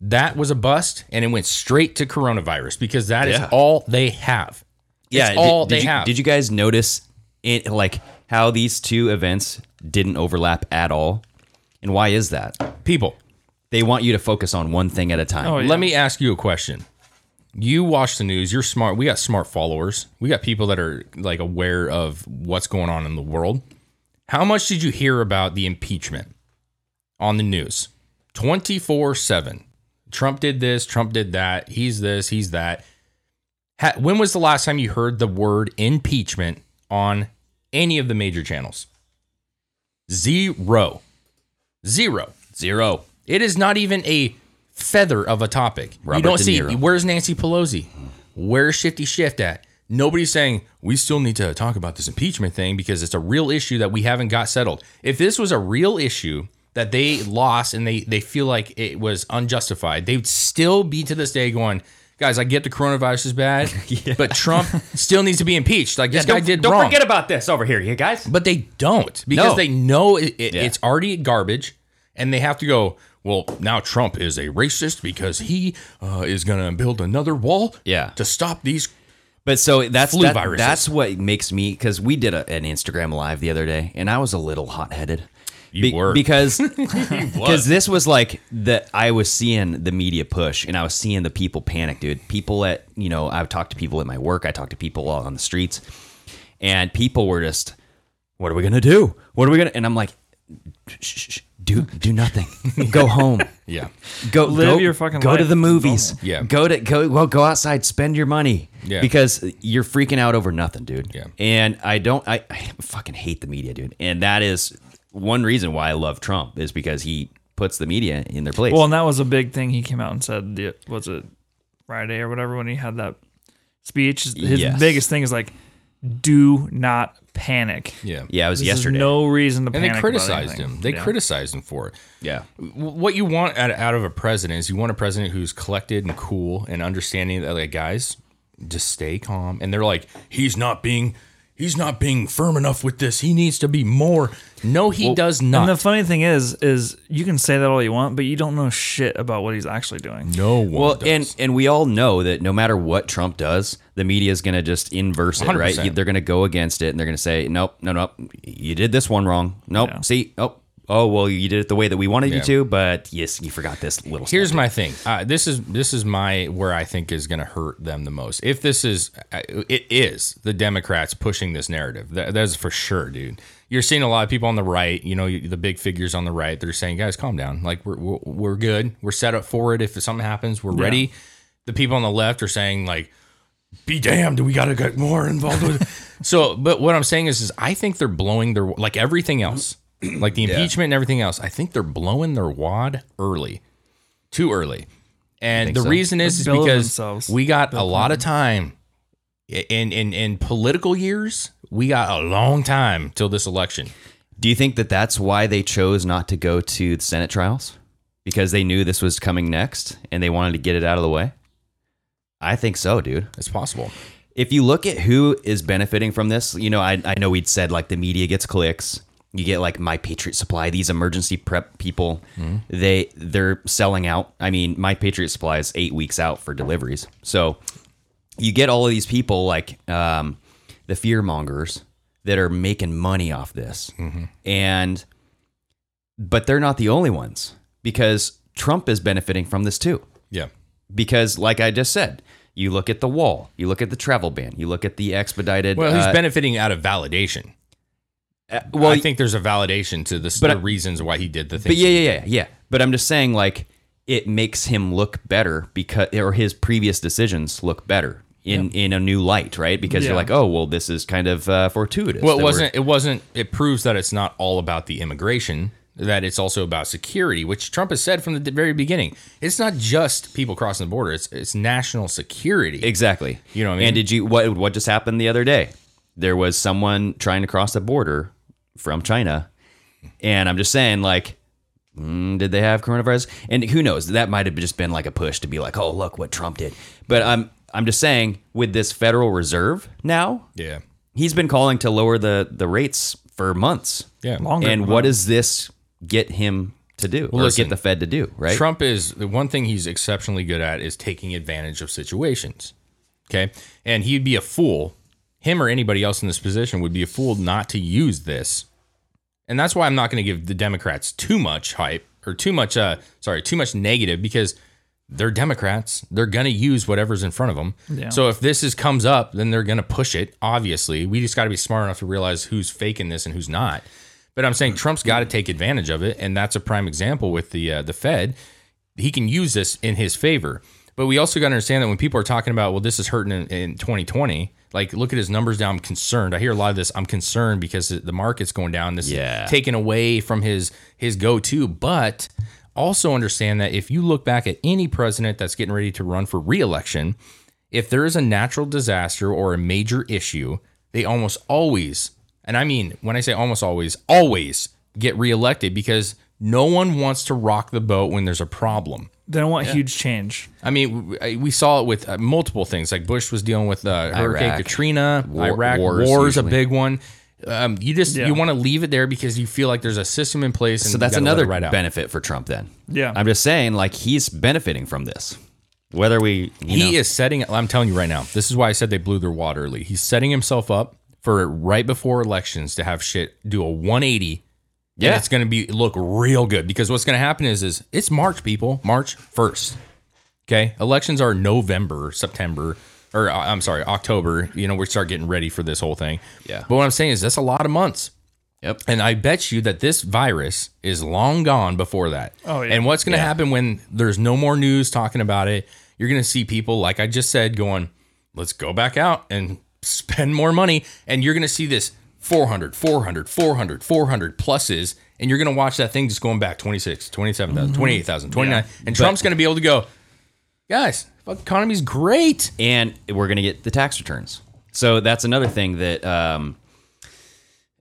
S8: That was a bust, and it went straight to coronavirus because that is
S7: Yeah.
S8: all they have.
S7: Yeah,
S8: it's all
S7: did, did
S8: they
S7: you,
S8: have.
S7: Did you guys notice it, like how these two events didn't overlap at all? And why is that?
S8: People.
S7: They want you to focus on one thing at a time.
S8: Let me ask you a question. You watch the news. You're smart. We got smart followers. We got people that are like aware of what's going on in the world. How much did you hear about the impeachment on the news? 24 7. Trump did this. Trump did that. He's this. He's that. Ha- when was the last time you heard the word impeachment on any of the major channels? Zero. Zero.
S7: Zero.
S8: It is not even a feather of a topic.
S7: Robert
S8: you don't
S7: De
S8: see
S7: Niro.
S8: where's Nancy Pelosi? Where's Shifty Shift at? Nobody's saying we still need to talk about this impeachment thing because it's a real issue that we haven't got settled. If this was a real issue that they lost and they they feel like it was unjustified, they'd still be to this day going, guys, I get the coronavirus is
S7: (laughs)
S8: bad, but Trump still needs to be impeached. Like this
S7: Yeah,
S8: guy
S7: don't-
S8: did
S7: don't
S8: wrong.
S7: forget about this over here, you guys.
S8: But they don't because
S7: No.
S8: they know it, it-
S7: Yeah.
S8: it's already garbage, and they have to go. well, now Trump is a racist because he uh, is going to build another wall
S7: yeah.
S8: to stop these.
S7: But so that's
S8: Flu
S7: that-
S8: viruses.
S7: that's what makes me because we did a, an Instagram live the other day, and I was a little hot headed.
S8: (laughs) You were.
S7: because (laughs)
S8: was.
S7: because this was like the I was seeing the media push, and I was seeing the people panic, dude. People at you know I've talked to people at my work, I talked to people out on the streets, and people were just, what are we gonna do? What are we gonna? And I'm like, shh, shh, shh, do
S8: (laughs)
S7: do nothing, go home,
S8: Yeah.
S7: go
S9: Live
S7: go-
S9: your fucking
S7: go to
S9: life.
S7: the movies
S8: Normal. Yeah.
S7: go to go well go outside spend your money
S8: Yeah.
S7: because you're freaking out over nothing dude
S8: Yeah.
S7: and i don't I, I fucking hate the media dude and that is one reason why i love trump is because he puts the media in their place
S9: Well, and that was a big thing. He came out and said, the- was it Friday or whatever when he had that speech? His
S7: Yes.
S9: biggest thing is like, do not panic.
S8: Yeah.
S7: yeah it was
S9: This is
S7: yesterday
S9: no reason to
S8: and
S9: panic.
S8: they
S9: about
S8: criticized
S9: anything.
S8: him. They
S9: Yeah.
S8: criticized him for it.
S7: yeah
S8: W- What you want out, out of a president is you want a president who's collected and cool and understanding that like guys just stay calm. And they're like, he's not being he's not being firm enough with this. He needs to be more. No, he does not.
S9: And the funny thing is, is you can say that all you want, but you don't know shit about what he's actually doing.
S8: no one.
S7: well
S8: does.
S7: and and we all know that no matter what trump does the media is going to just inverse it right
S8: 100%.
S7: they're going to go against it and they're going to say nope no nope you did this one wrong nope
S9: Yeah.
S7: see oh oh well you did it the way that we wanted you
S8: Yeah.
S7: to but yes you forgot this little step.
S8: Here's my thing. Uh, this is this is my where I think is going to hurt them the most. If this is uh, it is the Democrats pushing this narrative. That, that's for sure, dude. You're seeing a lot of people on the right. You know the big figures on the right. They're saying, guys, calm down. Like we're we're, we're good. We're set up for it. If something happens, we're ready. The people on the left are saying like, be damned, we got to get more involved with. so, but what I'm saying is, is I think they're blowing their like everything else, like the impeachment and everything else. I think they're blowing their wad early, too early, and the
S7: so.
S8: reason is, is
S9: They're building
S8: because
S9: themselves.
S8: we got a lot of time in in in political years. We got a long time till this election.
S7: Do you think that that's why they chose not to go to the Senate trials? Because they knew this was coming next and they wanted to get it out of the way? I think so, dude.
S8: It's possible.
S7: If you look at who is benefiting from this, you know, I, I know we'd said like the media gets clicks. You get like My Patriot Supply, these emergency prep people. They they're selling out. I mean, My Patriot Supply is eight weeks out for deliveries. So you get all of these people like um, the fear mongers that are making money off this and but they're not the only ones because trump is benefiting from this too
S8: Yeah.
S7: because like i just said you look at the wall you look at the travel ban you look at the expedited
S8: Well, he's
S7: uh,
S8: benefiting out of validation.
S7: uh,
S8: Well,
S7: well
S8: I think there's a validation to this,
S7: But
S8: the
S7: I-
S8: reasons why he did the thing.
S7: but yeah yeah yeah yeah but i'm just saying like it makes him look better because or his previous decisions look better in in a new light right because
S9: Yeah.
S7: you're like oh well this is kind of uh, fortuitous
S8: Well,
S7: that
S8: it
S7: we're-
S8: wasn't. It wasn't. It proves that it's not all about the immigration. That it's also about security, which Trump has said from the d- very beginning. It's not just people crossing the border. It's it's national security.
S7: Exactly.
S8: You know what I mean?
S7: And did you what what just happened the other day? There was someone trying to cross the border from China, and I'm just saying, like, mm, did they have coronavirus? And who knows? That might have just been like a push to be like, oh, look what Trump did. But I'm I'm just saying, with this Federal Reserve now,
S8: yeah.
S7: he's been calling to lower the the rates for months.
S8: Yeah.
S9: Longer
S7: And
S9: than
S7: what
S9: that.
S7: does this get him to do, or
S8: listen,
S7: get the Fed to do? Right.
S8: Trump is the one thing he's exceptionally good at is taking advantage of situations. Okay. And he'd be a fool. Him or anybody else in this position would be a fool not to use this. And that's why I'm not going to give the Democrats too much hype or too much, uh, sorry, too much negative because they're Democrats. They're going to use whatever's in front of them.
S9: Yeah.
S8: So if this is comes up, then they're going to push it. Obviously, we just got to be smart enough to realize who's faking this and who's not. But I'm saying Trump's got to take advantage of it, and that's a prime example with the uh, the Fed. He can use this in his favor. But we also got to understand that when people are talking about, well, this is hurting in, in 2020. Like, look at his numbers down. I'm concerned. I hear a lot of this. I'm concerned because the market's going down. This
S7: Yeah.
S8: is taken away from his his go to. But also understand that if you look back at any president that's getting ready to run for reelection, if there is a natural disaster or a major issue, they almost always, and I mean when I say almost always, always get reelected because no one wants to rock the boat when there's a problem.
S9: They don't want huge change.
S8: I mean, we- we saw it with uh, multiple things. Like Bush was dealing with uh, Hurricane
S7: Iraq.
S8: Katrina,
S7: War-
S8: Iraq
S7: wars
S8: wars, a
S7: usually.
S8: big one. Um, you just
S7: Yeah.
S8: you want to leave it there because you feel like there's a system in place. And
S7: So
S8: you
S7: that's
S8: gotta let it
S7: another
S8: ride out.
S7: benefit for Trump. Then,
S8: Yeah.
S7: I'm just saying, like he's benefiting from this. Whether we, you
S8: he
S7: know,
S8: is setting. I'm telling you right now. This is why I said they blew their wad early. He's setting himself up for right before elections to have shit do a 180. and
S7: Yeah.
S8: it's going to be look real good because what's going to happen is is it's March, people. March first. Okay, elections are November, September, or uh, I'm sorry, October. You know, we start getting ready for this whole thing. Yeah. But what I'm saying is that's a lot of months.
S7: Yep.
S8: And I bet you that this virus is long gone before that.
S9: Oh, yeah.
S8: And what's going to
S9: Yeah.
S8: happen when there's no more news talking about it? You're going to see people, like I just said, going, let's go back out and spend more money. And you're going to see this 400, 400, 400, 400 pluses. And you're going to watch that thing just going back 26, 27,000,
S7: Mhm.
S8: 28,000, 29.
S7: Yeah.
S8: And
S7: But-
S8: Trump's going to be able to go, guys, fuck, economy's great,
S7: and we're gonna get the tax returns. So that's another thing that um,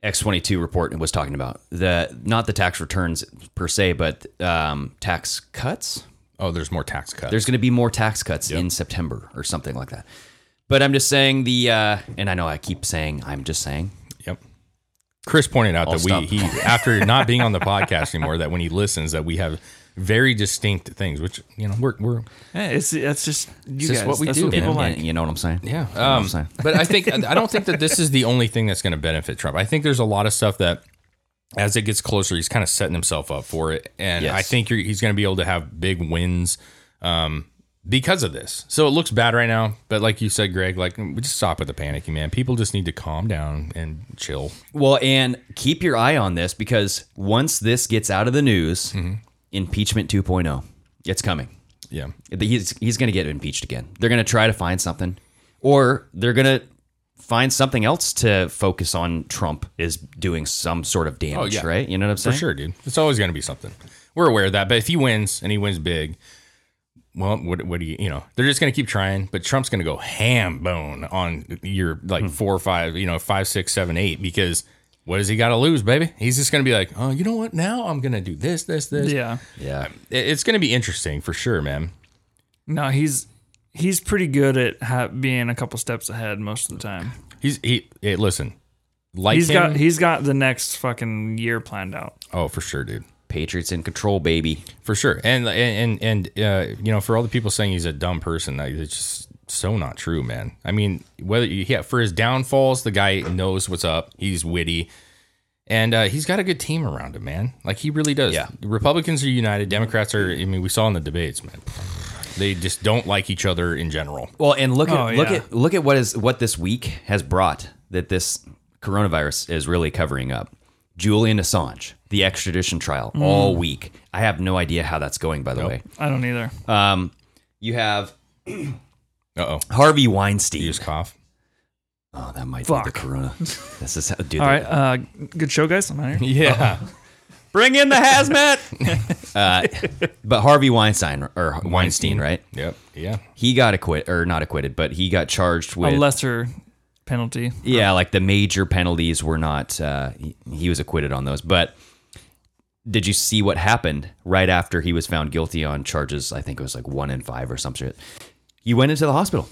S7: X22 report was talking about. The not the tax returns per se, but um, tax cuts.
S8: Oh, there's more tax cuts.
S7: There's going to be more tax cuts in September or something like that. But I'm just saying the, uh, and I know I keep saying I'm just saying.
S8: Yep. Chris pointed out
S7: I'll
S8: that
S7: stop.
S8: we he after not being on the podcast anymore that when he listens that we have very distinct things which you know we're we're
S9: Hey, it's that's just you
S8: It's
S9: guys.
S8: just what we
S9: that's
S8: do,
S9: What people
S8: man.
S9: like.
S7: And you know what I'm saying?
S8: Yeah.
S7: You know what I'm
S8: Um,
S7: saying?
S8: but I think I don't think that this is the only thing that's going to benefit Trump. I think there's a lot of stuff that as it gets closer, he's kind of setting himself up for it, and
S7: Yes.
S8: I think you're, he's going to be able to have big wins um, because of this. So it looks bad right now, but like you said, Greg, like we just stop with the panicking, man. People just need to calm down and chill.
S7: Well, and keep your eye on this because once this gets out of the news,
S8: Mm-hmm.
S7: impeachment 2.0, it's coming.
S8: Yeah.
S7: He's, he's going to get impeached again. They're going to try to find something, or they're going to find something else to focus on Trump is doing some sort of damage, right? You know what I'm saying?
S8: Oh, For sure, dude. It's always going to be something. We're aware of that. But if he wins and he wins big, well, what, what do you, you know, they're just going to keep trying. But Trump's going to go ham bone on your like
S9: Hmm.
S8: four or five, you know, five, six, seven, eight, because what does he got to lose, baby? He's just going to be like, oh, you know what? Now I'm going to do this, this, this.
S9: Yeah.
S7: Yeah.
S8: It's going to be interesting for sure, man.
S9: No, he's he's pretty good at ha- being a couple steps ahead most of the time.
S8: He's, he, hey, listen, like
S9: he's
S8: him-
S9: got he's got the next fucking year planned out.
S8: Oh, for sure, dude.
S7: Patriots in control, baby.
S8: For sure. And and and uh, you know, for all the people saying he's a dumb person, that it's just so not true, man. I mean, whether you, yeah, for his downfalls, the guy knows what's up. He's witty. And uh, he's got a good team around him, man. Like he really does. Yeah. Republicans are united. Democrats are. I mean, we saw in the debates, man. They just don't like each other in general.
S7: Well, and look at
S8: Oh,
S7: look
S8: yeah.
S7: at look at what is what this week has brought that this coronavirus is really covering up. Julian Assange, the extradition trial
S9: Mm.
S7: all week. I have no idea how that's going, by the way.
S9: I don't either.
S7: Um, you have uh
S8: oh
S7: Harvey Weinstein. You
S8: just cough.
S7: Oh, that might be
S9: Fuck.
S7: the corona. this is how, dude.
S9: All right, uh, good show, guys. I'm out here.
S8: Uh-huh.
S7: Yeah. Bring in the hazmat. uh, but Harvey Weinstein or Weinstein, right?
S8: Yep. Yeah.
S7: He got acquitted or not acquitted, but he got charged with
S9: a lesser penalty.
S7: Yeah, like the major penalties were not. Uh, he, he was acquitted on those. But did you see what happened right after he was found guilty on charges? I think it was like one in five or some shit. He went into the hospital,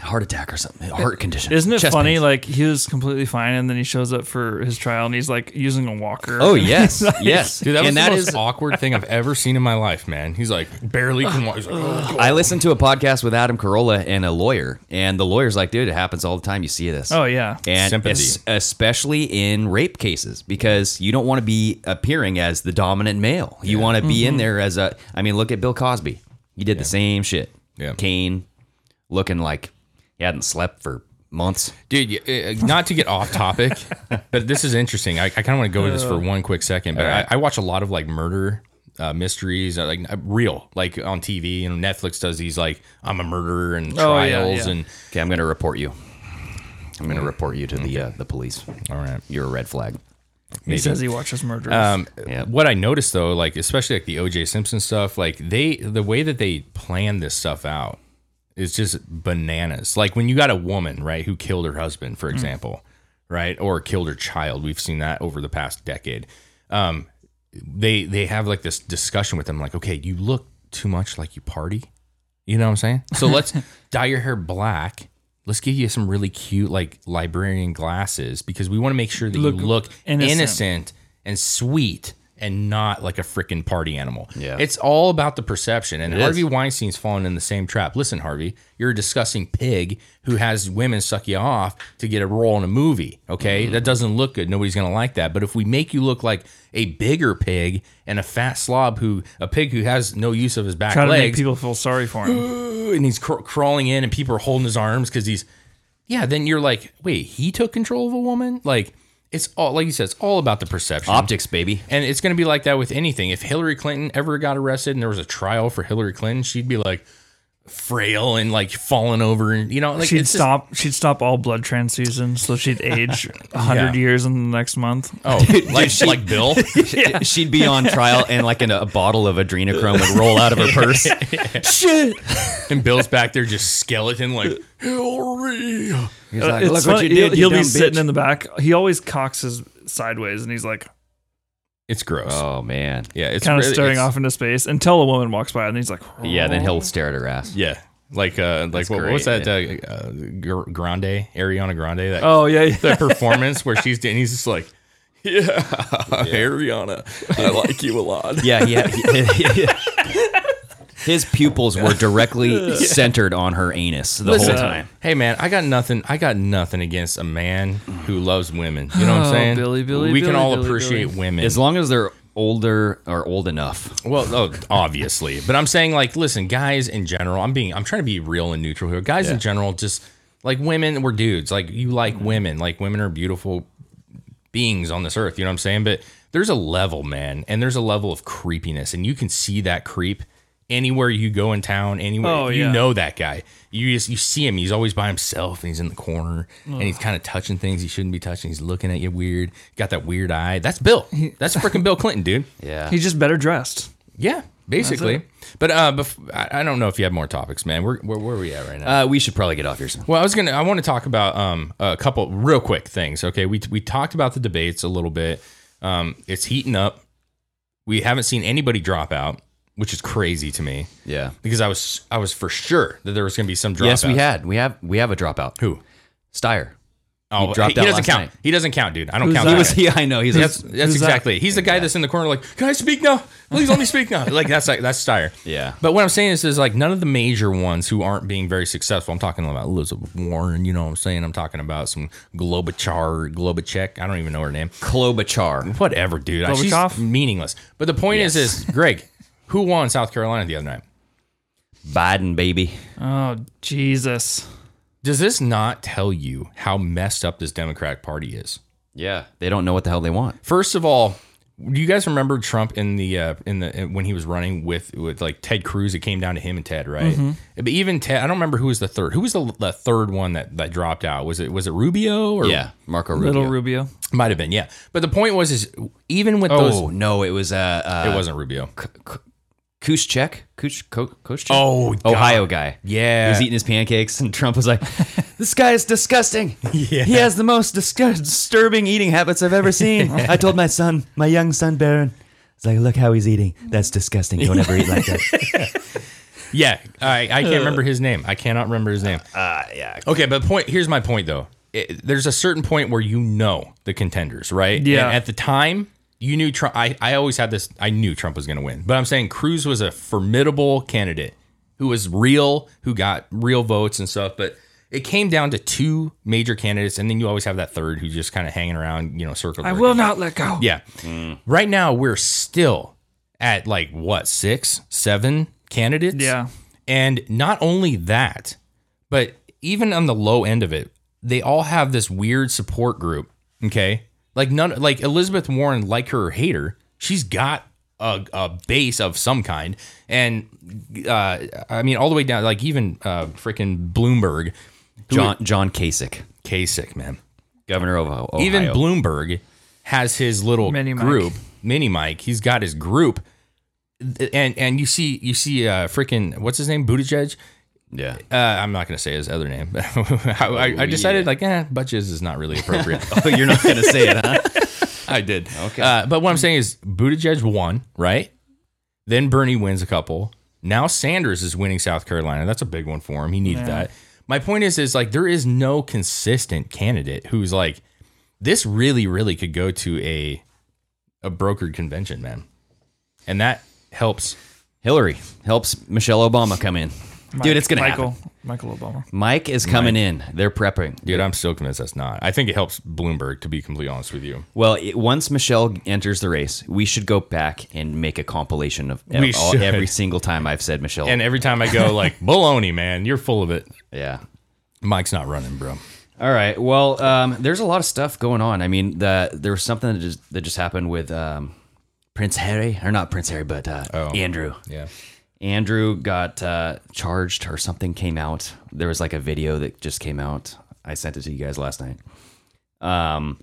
S7: heart attack or something, heart condition.
S9: Isn't it
S7: chest
S9: funny?
S7: pains.
S9: Like he was completely fine, and then he shows up for his trial, and he's like using a walker. (laughs)
S7: Oh,
S9: And
S7: yes,
S9: he's like-
S7: yes.
S8: Dude, that was
S7: And
S8: the
S7: that
S8: most (laughs)
S7: is-
S8: awkward thing I've ever seen in my life, man. He's like barely can walk. He's like, "Oh,
S7: I listened to a podcast with Adam Carolla and a lawyer, and the lawyer's like, dude, it happens all the time. You see this.
S9: Oh, yeah.
S7: And
S9: Sympathy.
S7: es- especially in rape cases, because you don't want to be appearing as the dominant male. You want to be in
S9: Mm-hmm.
S8: Mhm.
S7: there as a, I mean, look at Bill Cosby. He did the same shit. Yeah. Kane looking like he hadn't slept for months.
S8: Dude, y- uh, not to get off
S7: (laughs)
S8: topic, but this is interesting. I, I kind of want to go to this for
S7: Uh,
S8: one quick second, but
S7: All right.
S8: I, I watch a lot of like murder uh, mysteries, uh, like uh, real, like on TV. And Netflix does these like I'm a murderer and
S7: Oh, yeah,
S8: trials
S7: yeah.
S8: and.
S7: Okay, I'm gonna report you. I'm gonna report you to the uh, the police.
S8: All right,
S7: you're a red flag.
S9: He says he watches murderers.
S8: Um, What I noticed though, like especially like the OJ Simpson stuff, like they the way that they plan this stuff out is just bananas. Like when you got a woman right who killed her husband, for example, right, or killed her child. We've seen that over the past decade. Um, they they have like this discussion with them, like, okay, you (laughs) look too much like you party. You know what I'm saying? So let's dye your hair black let's give you some really cute like librarian glasses because we want to make sure that
S9: Look
S8: you look
S9: innocent.
S8: innocent. and sweet and not like a freaking party animal.
S7: Yeah.
S8: It's all about the perception. And
S7: It is.
S8: Harvey Weinstein's fallen in the same trap. Listen, Harvey, you're a disgusting pig who has women suck you off to get a role in a movie. Okay. That doesn't look good. Nobody's going to like that. But if we make you look like a bigger pig and a fat slob who, a pig who has no use of his back
S9: Try to make
S8: legs,
S9: people feel sorry for him. (gasps)
S8: and he's cr- crawling in and people are holding his arms because he's yeah then you're like wait he took control of a woman like it's all like you said it's all about the perception
S7: Optics, baby.
S8: and it's going to be like that with anything if hillary clinton ever got arrested and there was a trial for hillary clinton she'd be like frail and like falling over and you know like
S9: she'd
S8: it's just-
S9: stop. she'd stop all blood transfusions, so she'd age hundred
S8: Yeah.
S9: years in the next month.
S8: Oh, like, like Bill?
S9: Yeah.
S7: She'd be on trial and like in a, a bottle of adrenochrome would roll out of her purse.
S8: Shit. And Bill's back there just skeleton, like, Hillary.
S9: Uh, it's funny, He'll, he'll be sitting in the back. He always cocks his sideways, and he's like
S8: It's gross.
S7: Oh man.
S8: Yeah, it's
S9: kind of
S8: really-
S9: staring
S8: it's-
S9: off into space until a woman walks by, and he's like,
S7: Yeah, then he'll stare at her ass.
S8: Yeah. Like uh, like what, what was
S7: great,
S8: that uh, uh, Gr- Grande Ariana Grande that
S9: Oh, yeah, yeah.
S8: that performance where she's doing he's just like yeah, (laughs) Ariana I like you a lot
S7: Yeah, he, (laughs) he- his pupils were directly (laughs)
S8: Yeah.
S7: centered on her anus the
S8: Listen,
S7: whole time.
S8: Hey man, I got nothing. I got nothing against a man who loves women. You know what I'm saying? we can all appreciate women
S7: as long as they're older or old enough.
S8: Well, oh, obviously, but I'm saying like, listen, guys in general, I'm being, I'm trying to be real and neutral here. Guys
S7: Yeah.
S8: in general, just like women, we're dudes. Like you like
S9: Mm-hmm.
S8: women, like women are beautiful beings on this earth. You know what I'm saying? But there's a level, man, and there's a level of creepiness, and you can see that creep anywhere you go in town. Anywhere
S9: Oh,
S8: you
S9: yeah.
S8: know that guy, you just you see him. He's always by himself, and he's in the corner, and he's kind of touching things he shouldn't be touching. He's looking at you weird. Got that weird eye. That's Bill. That's freaking Bill Clinton, dude.
S7: Yeah.
S9: he's just better dressed.
S8: Yeah, basically. But uh, bef- I I don't know if you have more topics, man. We're, where where are we at right now?
S7: Uh, we should probably get off here soon.
S8: well, I was gonna. I want to talk about um a couple real quick things. Okay, we we talked about the debates a little bit. Um, it's heating up. We haven't seen anybody drop out, which is crazy to me.
S7: Yeah.
S8: Because I was I was for sure that there was gonna be some dropouts.
S7: Yes, we had. We have we have a dropout.
S8: Who?
S7: Steyer.
S8: Oh,
S7: He dropped out
S8: doesn't
S7: last
S8: count.
S7: night.
S8: He doesn't count, dude. I don't
S7: Who's
S8: count.
S7: that?
S8: that
S7: He was- (laughs)
S8: guy.
S7: he- I know, he's-
S8: that's,
S7: who's-
S8: that's
S7: who's that?
S8: exactly. He's the guy that's in the corner, like, can I speak now? Please let me speak now. Like that's like that's Steyer.
S7: Yeah.
S8: But what I'm saying is, is like none of the major ones who aren't being very successful. I'm talking about Elizabeth Warren. You know what I'm saying? I'm talking about some Globachar, Globachek. I don't even know her name.
S7: Klobuchar.
S8: Whatever, dude. I-
S9: Globachev?
S8: She's meaningless. But the point
S7: Yes. (laughs)
S8: is, is Greg, who won South Carolina the other night?
S7: Biden baby.
S9: Oh Jesus!
S8: Does this not tell you how messed up this Democratic Party is?
S7: Yeah. They don't know what the hell they want.
S8: First of all, do you guys remember Trump in the uh, in the when he was running with with like Ted Cruz? It came down to him and Ted, right? But even Ted, I don't remember who was the third. Who was the, the third one that that dropped out? Was it was it Rubio or
S7: Yeah. Marco Rubio.
S9: Little Rubio.
S8: Might have been, yeah. But the point was, is even with
S7: Oh
S8: those,
S7: no, it was uh, uh
S8: it wasn't Rubio.
S7: Kuschek. Kusch Ko- Kuschek.
S8: Oh, God.
S7: Ohio guy.
S8: Yeah.
S7: He was eating his pancakes and Trump
S8: (laughs)
S7: was like, This guy is disgusting. He has the most disgu- disturbing eating habits I've
S8: (laughs)
S7: ever seen. I told my son, my young son Baron, it's like, look how he's eating. That's disgusting. Don't ever eat
S8: (laughs)
S7: like that.
S8: Yeah, I, I can't remember his name. I cannot remember his name.
S7: Uh, yeah.
S8: Okay, but point here's my point though. It- there's a certain point where you know the contenders, right?
S9: Yeah.
S8: And at the time, you knew Trump. I, I always had this. I knew Trump was going to win, but I'm saying Cruz was a formidable candidate who was real, who got real votes and stuff. But it came down to two major candidates, and then you always have that third who's just kind of hanging around, you know, circle.
S9: I will not let go.
S8: Yeah. Right now, we're still at like what six, seven candidates.
S9: Yeah.
S8: And not only that, but even on the low end of it, they all have this weird support group. Okay. Like none like Elizabeth Warren, like her or hate her, she's got a, a base of some kind. And uh, I mean, all the way down, like even uh, freaking Bloomberg, who-
S7: John John Kasich,
S8: Kasich, man.
S7: governor of Ohio.
S8: Even Bloomberg has his little
S9: Mini Mike.
S8: group, Mini Mike. He's got his group, and and you see you see uh freaking what's his name Buttigieg. (laughs)
S7: yeah. (laughs)
S8: Uh, I'm not gonna say his other name. (laughs) I, I, I decided like eh, Butches is not really appropriate.
S7: Oh, you're not gonna say it, huh?
S8: (laughs) I did. Okay. Uh, but what I'm saying is Buttigieg won, right? Then Bernie wins a couple. Now Sanders is winning South Carolina. That's a big one for him. He needed that. My point is, is like there is no consistent candidate who's like, this really, really could go to a a brokered convention, man, and that helps.
S7: Hillary helps Michelle Obama come in. Dude, it's gonna
S9: Michael,
S7: happen.
S9: Michael Obama.
S7: Mike is coming in. They're prepping.
S8: Dude, I'm still convinced that's not. I think it helps Bloomberg, to be completely honest with you.
S7: Well, it, once Michelle enters the race, we should go back and make a compilation of
S8: We
S7: all,
S8: should.
S7: every single time I've said Michelle.
S8: And every time I go, like, baloney, man, you're full of it.
S7: Yeah.
S8: Mike's not running, bro.
S7: All right. Well, um, there's a lot of stuff going on. I mean, the, there was something that just, that just happened with um, Prince Harry, or not Prince Harry, but uh,
S8: Oh.
S7: Andrew.
S8: Yeah.
S7: Andrew got uh, charged or something came out. There was like a video that just came out. I sent it to you guys last night. Um,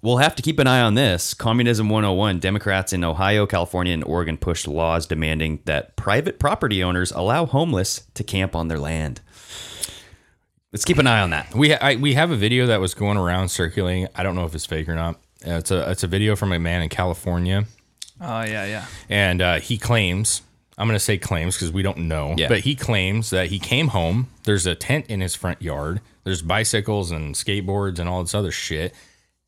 S7: we'll have to keep an eye on this. Communism 101 Democrats in Ohio, California, and Oregon pushed laws demanding that private property owners allow homeless to camp on their land. Let's keep an eye on that.
S8: We ha- I, we have a video that was going around circulating. I don't know if it's fake or not. Uh, it's a it's a video from a man in California,
S9: Oh yeah, yeah.
S8: and uh, he claims I'm going to say claims because we don't know,
S7: Yeah.
S8: but he claims that he came home. There's a tent in his front yard. There's bicycles and skateboards and all this other shit,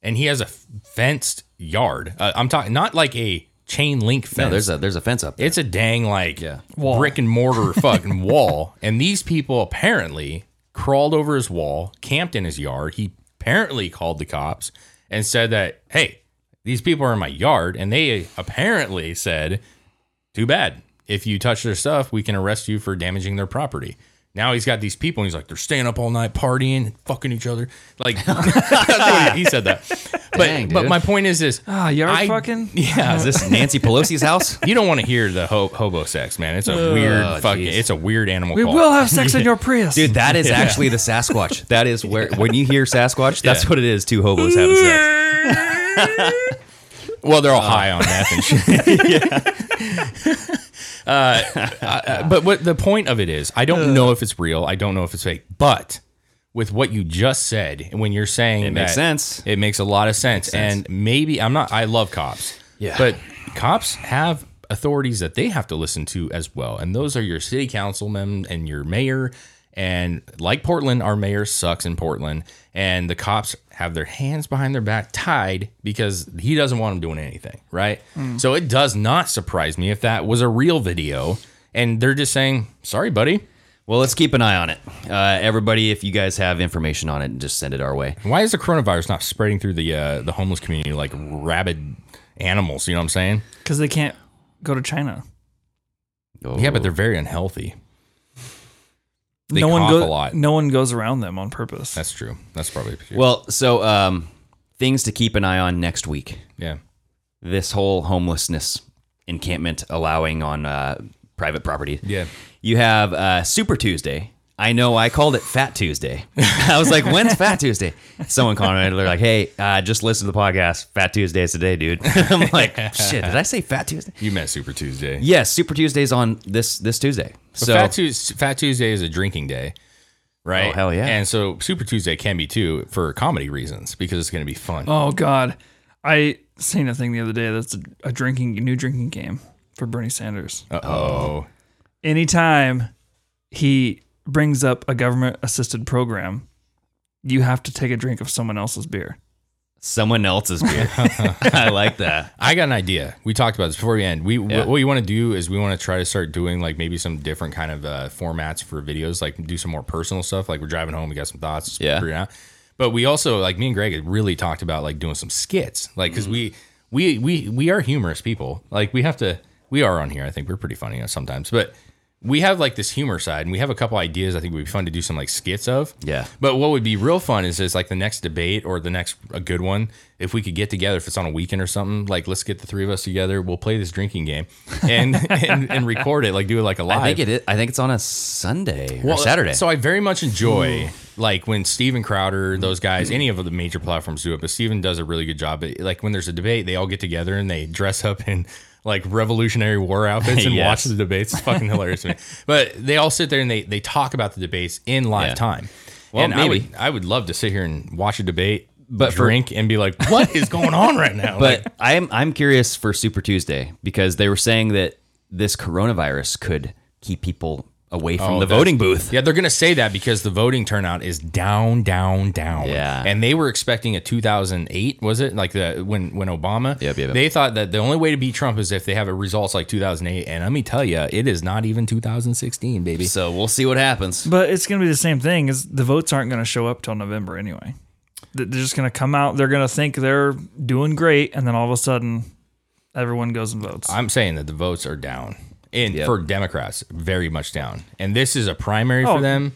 S8: and he has a fenced yard. Uh, I'm talking not like a chain link fence.
S7: No, there's a there's a fence up. There.
S8: It's a dang like brick and mortar fucking wall. And these people apparently crawled over his wall, camped in his yard. He apparently called the cops and said that, hey, these people are in my yard. And they apparently said, too bad. If you touch their stuff, we can arrest you for damaging their property. Now he's got these people, and he's like, they're staying up all night partying, fucking each other. Like, (laughs) that's what he, he said that. But,
S7: Dang,
S8: but
S7: dude.
S8: my point is this:
S9: Ah, yard
S8: I-
S9: fucking?
S8: Yeah,
S7: Is (laughs) this Nancy Pelosi's house?
S8: you don't want to hear the ho- hobo sex, man. It's a
S7: Oh,
S8: weird fucking.
S7: geez.
S8: It's a weird animal.
S9: We
S8: call.
S9: will have sex in your Prius,
S7: Dude, that (laughs) is
S8: Yeah.
S7: actually the Sasquatch. That is where when you hear Sasquatch, that's
S8: Yeah.
S7: what it is. Two hobos having sex.
S8: Well, they're all
S7: Uh.
S8: high on meth and
S7: (laughs)
S8: shit. (laughs) uh, uh, but what the point of it is, I don't know if it's real. I don't know if it's fake. But with what you just said, when you're saying
S7: It makes
S8: that-
S7: sense.
S8: it makes a lot of sense. And
S7: sense.
S8: maybe I'm not. I love cops.
S7: Yeah.
S8: but cops have authorities that they have to listen to as well, and those are your city councilmen and your mayor. And like Portland, our mayor sucks in Portland, and the cops have their hands behind their back tied because he doesn't want them doing anything, right?
S7: Hmm.
S8: So it does not surprise me if that was a real video, and they're just saying, "Sorry, buddy."
S7: Well, let's keep an eye on it. Uh, everybody, if you guys have information on it, just send it our way.
S8: Why is the coronavirus not spreading through the uh, the homeless community like rabid animals? You know what I'm saying?
S9: because they can't go to China.
S8: Yeah,
S7: Oh.
S8: but they're very unhealthy. They
S9: no
S8: cough
S9: one goes.
S8: a lot.
S9: No one goes around them on purpose.
S8: That's true. That's probably true.
S7: Well, so um, things to keep an eye on next week.
S8: yeah.
S7: This whole homelessness encampment allowing on uh, private property.
S8: Yeah.
S7: You have uh, Super Tuesday. I know I called it Fat Tuesday. (laughs) I was like, when's Fat Tuesday? Someone commented, they're like, hey, uh, just listen to the podcast. Fat Tuesday is today, dude. (laughs) I'm
S8: (laughs)
S7: like, shit, did I say Fat Tuesday?
S8: You met Super Tuesday.
S7: Yes, Super Tuesday's on this this Tuesday.
S8: But
S7: So
S8: Fat, Tuesday, Fat Tuesday is a drinking day, right?
S7: Oh, hell yeah.
S8: And so Super Tuesday can be too for comedy reasons because it's going to be fun.
S9: Oh God, I seen a thing the other day that's a, a drinking new drinking game for Bernie Sanders.
S8: Oh. Uh-oh.
S9: Anytime he brings up a government assisted program, you have to take a drink of someone else's beer.
S7: someone
S8: (laughs)
S7: else's beer. (laughs) I like that.
S8: I got an idea. We talked about this before we end. We
S7: Yeah.
S8: what we want to do is we want to try to start doing like maybe some different kind of uh, formats for videos, like do some more personal stuff. Like we're driving home, we got some thoughts.
S7: Yeah.
S8: figure it out. But we also like me and Greg had really talked about like doing some skits, like because we we we we are humorous people. Like we have to. We are on here. I think we're pretty funny sometimes, but we have like this humor side, and we have a couple ideas. I think would be fun to do some like skits of.
S7: Yeah.
S8: But what would be real fun is is like the next debate or the next a good one. If we could get together, if it's on a weekend or something, like let's get the three of us together. We'll play this drinking game and (laughs) and, and record it, like do it like a live.
S7: I think it is, I think it's on a Sunday or Saturday.
S8: So I very much enjoy like when Steven Crowder, those guys, any of the major platforms do it, but Steven does a really good job. But, like when there's a debate, they all get together and they dress up in like Revolutionary War outfits and
S7: (laughs) Yes.
S8: watch the debates. It's fucking hilarious to me. But they all sit there and they they talk about the debates in live
S7: Yeah.
S8: time.
S7: Well,
S8: and I
S7: maybe.
S8: would I would love to sit here and watch a debate,
S7: But for-
S8: drink and be like, what is going on right now?
S7: (laughs) but
S8: Like,
S7: I'm I'm curious for Super Tuesday because they were saying that this coronavirus could keep people away from
S8: Oh,
S7: the
S8: that's-
S7: voting booth.
S8: Yeah, they're going to say that because the voting turnout is down, down, down.
S7: Yeah.
S8: And they were expecting a 2008, was it? Like the when when Obama?
S7: Yep, yep, yep.
S8: They thought that the only way to beat Trump is if they have a results like 2008, and let me tell you, it is not even 2016, baby.
S7: So we'll see what happens.
S9: But it's going to be the same thing. Is the votes aren't going to show up till November anyway. Th- They're just going to come out. They're going to think they're doing great, and then all of a sudden, everyone goes and votes.
S8: I'm saying that the votes are down. And
S9: Yep.
S8: for Democrats, very much down. And this is a primary
S9: Oh.
S8: for them.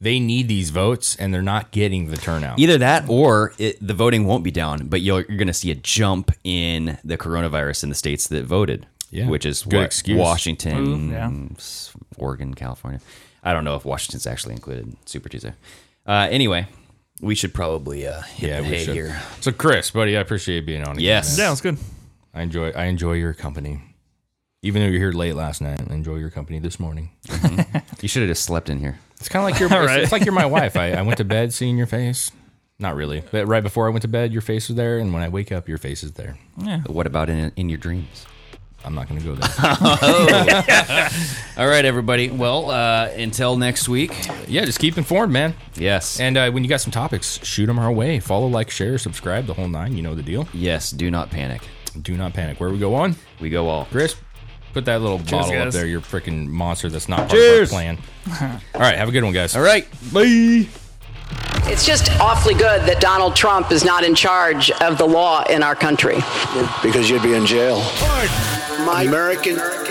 S8: They need these votes and they're not getting the turnout.
S7: Either that or it, the voting won't be down, but you're, you're going to see a jump in the coronavirus in the states that voted,
S8: Yeah.
S7: which is
S8: Good
S7: what-
S8: excuse.
S7: Washington,
S8: Ooh, yeah.
S7: s- Oregon, California. I don't know if Washington's actually included in Super Tuesday. Uh, anyway, we should probably uh, hit the hay here.
S8: So Chris, buddy, I appreciate being on. again,
S7: Yes.
S8: man.
S7: Yeah, it's
S9: good.
S8: I enjoy I enjoy your company. Even though you're here late last night, I enjoy your company this morning.
S7: you should have just slept in here.
S8: It's kind of
S7: (laughs)
S8: like you're.
S7: All right.
S8: It's, it's like you're my wife. I, I went to bed seeing your face. Not really, but right before I went to bed, your face was there, and when I wake up, your face is there.
S9: Yeah.
S7: What about in in your dreams?
S8: I'm not going to go there.
S7: (laughs) All right, everybody. Well, uh, until next week.
S8: Yeah, just keep informed, man.
S7: Yes.
S8: And uh, when you got some topics, shoot them our way. Follow, like, share, subscribe, the whole nine. You know the deal.
S7: Yes. Do not panic.
S8: Do not panic. Where we go on?
S7: We go all.
S8: Chris, put that little bottle up
S7: guys.
S8: there. Your freaking monster. That's not part
S7: Cheers.
S8: of our
S7: (laughs)
S8: plan. All right. Have a good one, guys. All
S7: right. Bye.
S16: It's just awfully good that Donald Trump is not in charge of the law in our country.
S12: Because you'd be in jail. American